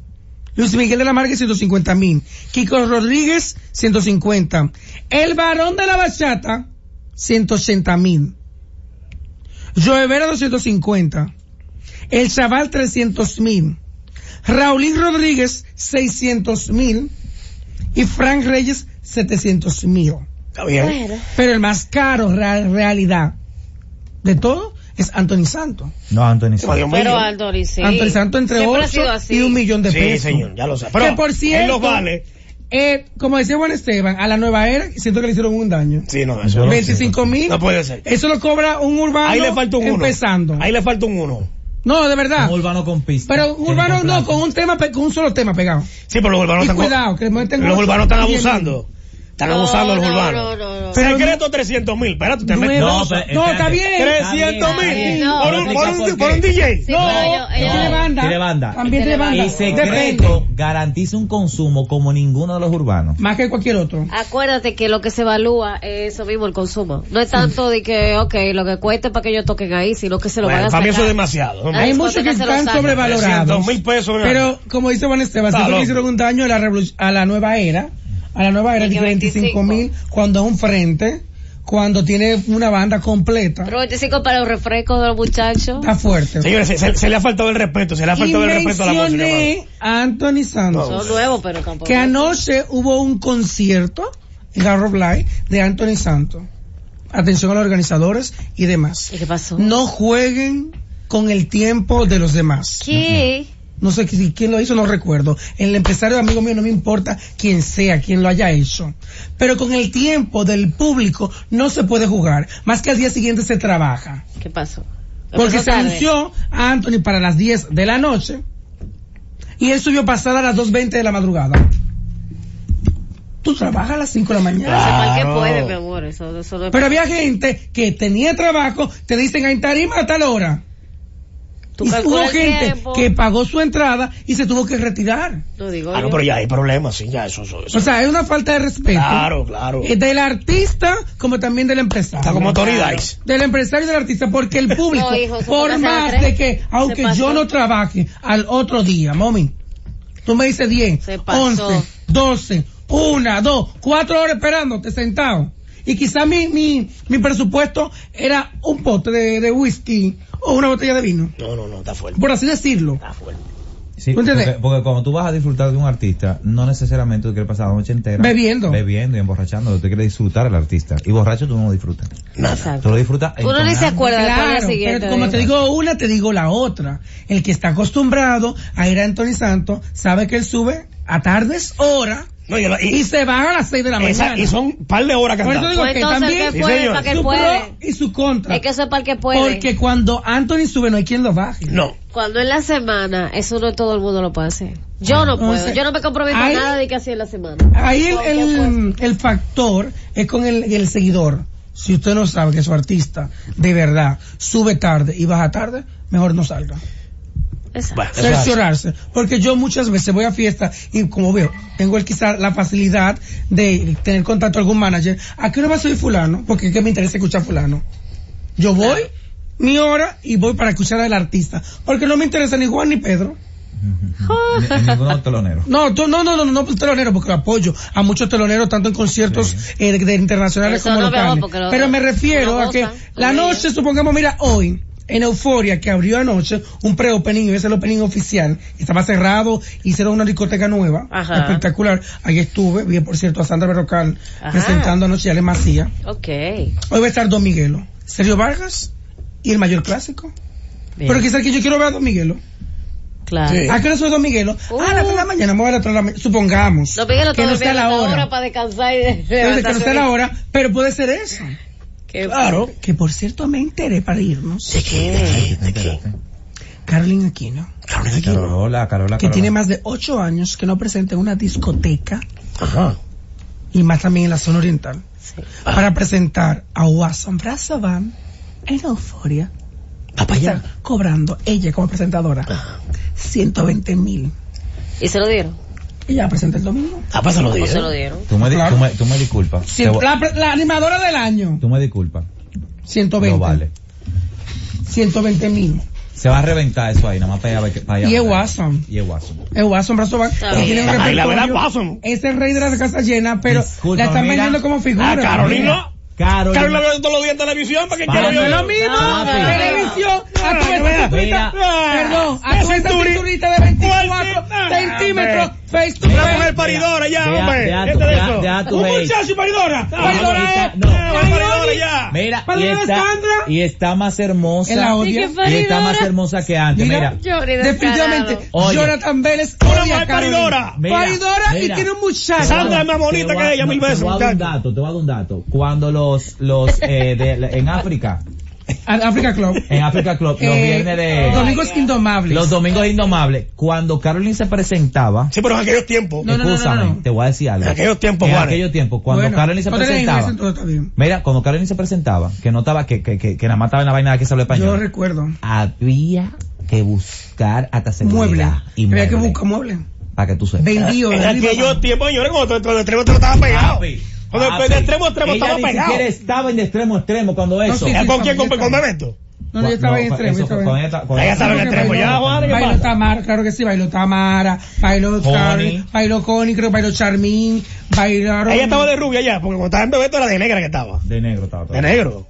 Speaker 4: Luis Miguel de la Marga, 150 mil. Kiko Rodríguez, 150. El varón de la bachata, 180 mil. Joe Vera, 250. El chaval, 300 mil. Raulín Rodríguez, 600 mil. Y Frank Reyes, 700 mil.
Speaker 2: Está bien.
Speaker 1: Bueno.
Speaker 4: Pero el más caro, real- realidad, de todo, es Anthony Santos.
Speaker 7: No, Anthony. sí.
Speaker 2: Dios mío.
Speaker 1: Pero Anthony, sí.
Speaker 4: Anthony Santos entre
Speaker 1: Siempre ha sido
Speaker 4: 8
Speaker 1: así.
Speaker 4: y un millón de
Speaker 2: Sí,
Speaker 4: pesos.
Speaker 2: señor, ya lo sabe.
Speaker 4: Que por cierto-
Speaker 2: él los vale.
Speaker 4: Eh, como decía Juan Esteban, a la nueva era siento que le hicieron un daño.
Speaker 2: Sí, no, eso
Speaker 7: Yo
Speaker 2: no.
Speaker 7: lo
Speaker 4: 25 mil.
Speaker 2: No puede ser.
Speaker 4: Eso lo cobra un urbano
Speaker 2: Ahí le falta un uno.
Speaker 4: empezando.
Speaker 2: Ahí le falta un uno.
Speaker 4: No, de verdad.
Speaker 7: Un urbano con pista.
Speaker 4: Pero un
Speaker 7: Tiene
Speaker 4: urbano no,
Speaker 7: contrato.
Speaker 4: con un tema, pe- con un solo tema pegado.
Speaker 2: Sí, pero los urbanos
Speaker 4: y
Speaker 2: están. co-
Speaker 4: cuidado, que le meten
Speaker 2: Los
Speaker 4: ocho,
Speaker 2: urbanos están
Speaker 4: diez mil.
Speaker 2: abusando. Están
Speaker 1: No,
Speaker 2: abusando los
Speaker 1: no, no,
Speaker 2: urbanos.
Speaker 1: no, no.
Speaker 2: Secreto 300 mil. Espérate, usted me-
Speaker 4: Nueva-
Speaker 7: No,
Speaker 4: No,
Speaker 7: pero-
Speaker 4: está
Speaker 7: espérate.
Speaker 4: bien.
Speaker 7: Tres-
Speaker 2: 300
Speaker 1: Está bien,
Speaker 2: mil.
Speaker 1: está
Speaker 2: Por
Speaker 1: bien.
Speaker 2: un,
Speaker 7: No,
Speaker 2: por
Speaker 7: explica
Speaker 2: un,
Speaker 7: por
Speaker 2: por un
Speaker 7: qué.
Speaker 2: DJ.
Speaker 1: Sí,
Speaker 2: no.
Speaker 1: pero ellos-
Speaker 4: Tiene
Speaker 1: ellos-
Speaker 4: banda.
Speaker 7: tiene banda.
Speaker 4: También tiene
Speaker 1: Tiene
Speaker 4: banda.
Speaker 1: banda.
Speaker 7: Y secreto garantiza un consumo como ninguno de los urbanos.
Speaker 4: Más que cualquier otro.
Speaker 1: Acuérdate que lo que se evalúa es eso mismo, el consumo. No es tanto de que, ok, lo que cueste para que ellos toquen ahí, sino que se lo van
Speaker 2: Bueno,
Speaker 1: a
Speaker 2: para
Speaker 1: sacar.
Speaker 2: mí eso es demasiado.
Speaker 1: Ah,
Speaker 4: Hay
Speaker 1: es
Speaker 4: muchos
Speaker 1: cuando
Speaker 4: que
Speaker 1: ya se lo
Speaker 4: están
Speaker 1: sacan.
Speaker 4: sobrevalorados.
Speaker 2: 300 mil pesos. mira.
Speaker 4: Pero, como dice Juan Esteban,
Speaker 2: Está
Speaker 4: siento que
Speaker 2: loco.
Speaker 4: le hicieron un daño a la, revolu- a la nueva era. A la nueva era
Speaker 1: Y que
Speaker 4: de 25 mil cuando es un frente, cuando tiene una banda completa.
Speaker 1: Pero 25 para los refrescos de los muchachos.
Speaker 4: Está fuerte.
Speaker 2: Señores, se, se- se le ha faltado el respeto. Se le ha
Speaker 4: y
Speaker 2: faltado el respeto a la música. hermano.
Speaker 4: mencioné a Anthony Santos.
Speaker 1: Son nuevos, pero tampoco.
Speaker 4: Que anoche hubo un concierto en Garro Blay de Anthony Santos. Atención a los organizadores y demás.
Speaker 1: ¿Y qué pasó?
Speaker 4: No jueguen con el tiempo de los demás.
Speaker 1: ¿Qué?
Speaker 4: No sé qui- quién lo hizo, no recuerdo. El empresario amigo mío no me importa quién sea, quién lo haya hecho. Pero con el tiempo del público no se puede jugar. Más que al día siguiente se trabaja.
Speaker 1: ¿Qué pasó?
Speaker 4: Porque
Speaker 1: Empezó
Speaker 4: se
Speaker 1: tarde.
Speaker 4: anunció a Anthony para las 10 de la noche y él subió pasada a las 2.20 de la madrugada. tú trabajas a las 5 de la mañana.
Speaker 2: Claro.
Speaker 1: Mal que puede, mi amor. Eso, eso no es-
Speaker 4: Pero había gente que tenía trabajo, te dicen en tarima a tal hora.
Speaker 1: Tú
Speaker 4: Y
Speaker 1: calcula
Speaker 4: hubo
Speaker 1: el
Speaker 4: gente
Speaker 1: tiempo.
Speaker 4: que pagó su entrada y se tuvo que retirar.
Speaker 1: No digo
Speaker 2: Ah, no,
Speaker 1: yo.
Speaker 2: pero ya hay problemas, sí, ya eso. eso, eso.
Speaker 4: O sea, es una falta de respeto.
Speaker 2: claro, claro.
Speaker 4: eh, Del artista como también del empresario.
Speaker 2: Está como autoridades.
Speaker 4: Del empresario y del artista, porque el
Speaker 1: <laughs>
Speaker 4: público,
Speaker 1: No, hijo, eso
Speaker 4: por
Speaker 1: pasa
Speaker 4: más
Speaker 1: tres.
Speaker 4: de que, aunque
Speaker 1: Se pasó.
Speaker 4: yo no trabaje al otro día, mami, tú me dices 10,
Speaker 1: Se pasó.
Speaker 4: 11, 12, 1, 2, 4 horas esperándote sentado. Y quizá mi, mi, mi presupuesto era un pote de, de whisky o una botella de vino,
Speaker 2: No, no, no, está fuerte.
Speaker 4: por así decirlo.
Speaker 2: Está fuerte.
Speaker 3: Sí,
Speaker 4: ¿Tú entiendes?
Speaker 3: porque, porque cuando tú vas a disfrutar de un artista, no necesariamente tú quieres pasar la noche entera
Speaker 4: Bebiendo.
Speaker 3: bebiendo y emborrachando, tú quieres disfrutar al artista. Y borracho tú no lo disfrutas. Tú
Speaker 1: Exacto.
Speaker 3: lo disfrutas.
Speaker 1: Uno ni se
Speaker 3: entonando.
Speaker 1: acuerda después del día
Speaker 4: Claro,
Speaker 1: siguiente.
Speaker 4: pero como
Speaker 1: de-
Speaker 4: te digo una, te digo la otra. El que está acostumbrado a ir a Anthony Santos sabe que él sube a tardes hora
Speaker 2: No, yo la- y-
Speaker 4: y se va a las 6 de la
Speaker 2: esa-
Speaker 4: mañana.
Speaker 2: y son un par de horas
Speaker 4: Por eso
Speaker 2: cantando.
Speaker 4: digo
Speaker 1: Pues
Speaker 4: que
Speaker 1: entonces, ¿qué
Speaker 4: también
Speaker 2: Sí,
Speaker 1: puede?
Speaker 2: señor.
Speaker 1: ¿Para qué
Speaker 4: su
Speaker 1: puede?
Speaker 4: pro y su contra.
Speaker 1: Es que eso es para el que puede.
Speaker 4: porque cuando Anthony sube no hay quien lo baje.
Speaker 2: No.
Speaker 1: Cuando es la semana, eso no todo el mundo lo puede hacer. Yo no puedo.
Speaker 4: Entonces,
Speaker 1: Yo no me comprometo a
Speaker 4: Ah, ahí-
Speaker 1: nada de que así es la semana.
Speaker 4: Ahí el, el, el factor es con el, el seguidor. Si usted no sabe que su artista de verdad sube tarde y baja tarde, mejor no salga.
Speaker 1: Exacto.
Speaker 2: Bueno, eso es así.
Speaker 4: cerciorarse. Porque yo muchas veces voy a fiestas y como veo, tengo el, quizá la facilidad de tener contacto con algún manager. ¿A qué hora va a subir fulano? Porque es que me interesa escuchar fulano. Yo voy, mi hora, y voy para escuchar al artista. Porque no me interesa ni Juan ni Pedro.
Speaker 3: Ni- ni ninguno
Speaker 4: <laughs>
Speaker 3: telonero.
Speaker 4: No, tú- no, no, no, no, no telonero, porque apoyo a muchos teloneros, tanto en conciertos eh, de, de internacionales
Speaker 1: Eso
Speaker 4: como
Speaker 1: no veo,
Speaker 4: locales.
Speaker 1: porque lo-
Speaker 4: Pero me refiero
Speaker 1: no
Speaker 4: a que
Speaker 1: gozan
Speaker 4: la
Speaker 1: con
Speaker 4: noche, supongamos, mira, hoy, en Euforia, que abrió anoche, un pre-opening, y es el opening oficial, estaba cerrado, hicieron una discoteca nueva,
Speaker 1: Ajá.
Speaker 4: espectacular. Ahí estuve, vi por cierto a Sandra Berrocal
Speaker 1: Ajá.
Speaker 4: presentando anoche a Ale Macías.
Speaker 1: Ok.
Speaker 4: Hoy va a estar Don Miguelo, Sergio Vargas y el mayor clásico.
Speaker 1: Bien.
Speaker 4: Pero quizás que yo quiero ver a Don Miguelo.
Speaker 1: Claro.
Speaker 2: Sí.
Speaker 4: ¿A qué hora sube Don Miguelo?
Speaker 1: Uh.
Speaker 4: ah, a las 3 de la mañana, me voy a las 3 de la mañana, supongamos.
Speaker 1: Los Miguel
Speaker 4: que no sea la hora.
Speaker 1: para descansar y de-
Speaker 4: Entonces, que no
Speaker 1: levantarse
Speaker 4: sea la
Speaker 1: bien.
Speaker 4: hora, pero puede ser eso.
Speaker 1: Qué-
Speaker 2: Claro.
Speaker 4: Que por cierto me enteré para irnos.
Speaker 1: qué?
Speaker 2: ¿De qué?
Speaker 4: Carolyn Aquino,
Speaker 2: Carolina Aquino.
Speaker 3: Carola, Carola,
Speaker 4: que
Speaker 3: Carola.
Speaker 4: tiene más de 8 años que no presenta en una discoteca
Speaker 2: Ajá. Ah.
Speaker 4: y más también en la zona oriental para presentar a Wasson Brazavan en Euforia.
Speaker 2: Va para allá.
Speaker 4: Está cobrando ella como presentadora 120 mil.
Speaker 1: ¿Y se lo dieron?
Speaker 4: Ella la presenta el domingo.
Speaker 2: Ah, pues se lo
Speaker 1: ¿O se lo
Speaker 2: dieron.
Speaker 1: dieron?
Speaker 3: Tú me, di-
Speaker 4: Claro.
Speaker 3: tú me- tú me disculpas.
Speaker 4: Cien-
Speaker 3: Te voy-
Speaker 4: la, la animadora del año,
Speaker 3: Tú me disculpas.
Speaker 4: 120.
Speaker 3: No vale.
Speaker 4: 120 mil.
Speaker 3: Se va a reventar eso ahí, nada más para allá. ver que- para allá
Speaker 4: Y es
Speaker 3: ver.
Speaker 4: Watson.
Speaker 3: Y es Watson.
Speaker 4: Es Watson Brazovan.
Speaker 1: Está
Speaker 4: que
Speaker 1: bien.
Speaker 4: tiene un
Speaker 2: Ay, la verdad, Ah,
Speaker 4: repertorio.
Speaker 2: Watson.
Speaker 4: Es el rey de las casas llenas, pero
Speaker 3: Disculpa,
Speaker 4: la están
Speaker 3: mira.
Speaker 4: vendiendo como figura.
Speaker 2: Ah, Carolina.
Speaker 3: Carolina.
Speaker 2: Carolina veo todos los días en televisión. ¿Para qué quiero
Speaker 4: No es lo
Speaker 2: yo?
Speaker 4: mismo.
Speaker 1: No, no, no.
Speaker 4: Ah, televisión. A tu
Speaker 2: Mira,
Speaker 4: esa cinturita.
Speaker 2: mira.
Speaker 4: Perdón. A
Speaker 2: Esa
Speaker 4: tu esa
Speaker 2: cinturita.
Speaker 4: cinturita de 24
Speaker 2: Fuerte.
Speaker 4: centímetros.
Speaker 2: Ah,
Speaker 4: Face to
Speaker 2: Una
Speaker 4: face.
Speaker 2: mujer paridora ya,
Speaker 7: Deja-
Speaker 2: hombre.
Speaker 7: deja
Speaker 2: ¿Qué
Speaker 7: tu-
Speaker 2: de
Speaker 7: deja-
Speaker 2: eso?
Speaker 7: deja tu
Speaker 2: Un
Speaker 7: hate.
Speaker 2: muchacho y paridora.
Speaker 7: No,
Speaker 2: Paridora
Speaker 7: no,
Speaker 2: es.
Speaker 7: no.
Speaker 2: Eh, Paridora ya.
Speaker 7: Mira,
Speaker 4: Para
Speaker 7: y
Speaker 4: la
Speaker 7: está,
Speaker 4: Alessandra.
Speaker 7: y está más hermosa.
Speaker 4: En la
Speaker 1: Sí,
Speaker 4: odia.
Speaker 1: qué
Speaker 7: Y está más
Speaker 1: paridora.
Speaker 7: hermosa que antes.
Speaker 4: Mira.
Speaker 7: Mira,
Speaker 1: Yo ni
Speaker 4: Definitivamente.
Speaker 1: descarado.
Speaker 7: Oye.
Speaker 4: Jonathan Vélez
Speaker 2: Una
Speaker 4: odia a
Speaker 2: mujer
Speaker 4: Carolina.
Speaker 2: paridora.
Speaker 7: Mira,
Speaker 4: Paridora y
Speaker 7: mira.
Speaker 4: tiene un muchacho.
Speaker 2: Sandra es más
Speaker 7: Te
Speaker 2: bonita
Speaker 7: voy a-
Speaker 2: que ella,
Speaker 7: no,
Speaker 2: mil veces,
Speaker 7: Te voy a dar un
Speaker 2: muchacho.
Speaker 3: Dato, te voy a dar un dato. Cuando los, los, eh, de- la- en África,
Speaker 4: Al Africa Club.
Speaker 3: en África Club, los
Speaker 4: Eh,
Speaker 3: viernes de,
Speaker 4: Domingos Indomables.
Speaker 3: los domingos indomables, cuando Caroline se presentaba,
Speaker 2: Sí, pero en aquellos tiempos.
Speaker 4: No, no, no, no,
Speaker 3: escúchame,
Speaker 4: no.
Speaker 3: te voy a decir algo.
Speaker 2: En aquellos tiempos,
Speaker 3: En
Speaker 2: Juanes.
Speaker 3: aquellos tiempos, cuando
Speaker 4: Bueno,
Speaker 3: Caroline se
Speaker 4: no tenés
Speaker 3: presentaba,
Speaker 4: inglés, entonces está bien.
Speaker 3: mira, cuando Caroline se presentaba, que no estaba, que, que, que, que nada más estaba en la vaina de que se habló
Speaker 4: Yo
Speaker 3: español,
Speaker 4: recuerdo.
Speaker 3: había que buscar hasta seguridad
Speaker 4: Mueble.
Speaker 3: y
Speaker 4: Había que
Speaker 3: mueble,
Speaker 4: buscar mueble.
Speaker 3: para que tú sepas.
Speaker 4: Vendido.
Speaker 2: En
Speaker 4: arriba,
Speaker 2: aquellos
Speaker 4: abajo.
Speaker 2: tiempos, señores, cuando el extremo extremo estaba pegado.
Speaker 3: Papi,
Speaker 2: Cuando el
Speaker 3: papi.
Speaker 2: extremo extremo
Speaker 3: Ah, Ella
Speaker 2: estaba
Speaker 3: ni
Speaker 2: pegado.
Speaker 3: siquiera estaba en extremo extremo cuando eso.
Speaker 4: sí,
Speaker 2: ¿Ya ¿Con
Speaker 4: sí,
Speaker 2: quién?
Speaker 4: sí,
Speaker 2: ¿Con
Speaker 4: sí,
Speaker 2: con
Speaker 4: sí.
Speaker 2: Beto?
Speaker 4: No, yo estaba en extremo. yo
Speaker 3: eso
Speaker 4: estaba
Speaker 3: fue-
Speaker 4: en-
Speaker 3: con ella- con
Speaker 2: Ah, ya
Speaker 3: ella-
Speaker 2: saben,
Speaker 3: con
Speaker 2: el extremo,
Speaker 3: ella-
Speaker 2: ya,
Speaker 3: con
Speaker 2: Juan,
Speaker 3: ella-
Speaker 2: ¿qué
Speaker 4: Bailó
Speaker 2: pasa?
Speaker 4: Tamar, claro que sí, bailó Tamara, bailó
Speaker 3: Connie.
Speaker 4: Carly, bailó Connie, creo, bailó Charmín, bailaron.
Speaker 2: Ella estaba de rubia ya, porque cuando estaba en Bebeto era de negra que estaba.
Speaker 3: De negro estaba todo.
Speaker 2: De negro.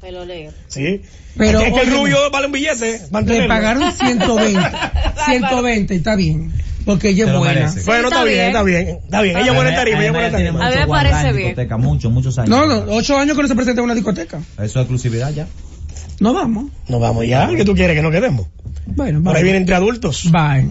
Speaker 1: Pelo negro.
Speaker 2: Sí.
Speaker 4: Pero,
Speaker 2: es que el
Speaker 4: oye,
Speaker 2: rubio vale un billete.
Speaker 4: Le
Speaker 2: mantenerlo.
Speaker 4: pagaron 120.
Speaker 3: <laughs>
Speaker 4: 120, está bien. Porque ella
Speaker 3: Te
Speaker 4: es
Speaker 3: lo
Speaker 4: buena.
Speaker 3: merece.
Speaker 2: Bueno,
Speaker 1: Sí,
Speaker 2: está
Speaker 1: está
Speaker 2: bien, está bien. Está bien. Ella
Speaker 3: Además,
Speaker 2: buena en tarima, ella
Speaker 3: además
Speaker 2: buena en
Speaker 3: tiene
Speaker 2: tarima.
Speaker 1: A mí me
Speaker 3: mucho guardar
Speaker 1: parece
Speaker 3: en
Speaker 1: bien.
Speaker 3: discoteca, muchos, muchos años.
Speaker 4: No, no, ocho años que no se presenta en una discoteca.
Speaker 3: Eso es exclusividad ya.
Speaker 4: No vamos.
Speaker 2: Nos vamos ya. ¿Qué tú quieres que nos quedemos?
Speaker 4: Bueno,
Speaker 2: Por ahí
Speaker 4: vamos.
Speaker 2: viene entre adultos.
Speaker 4: Bye.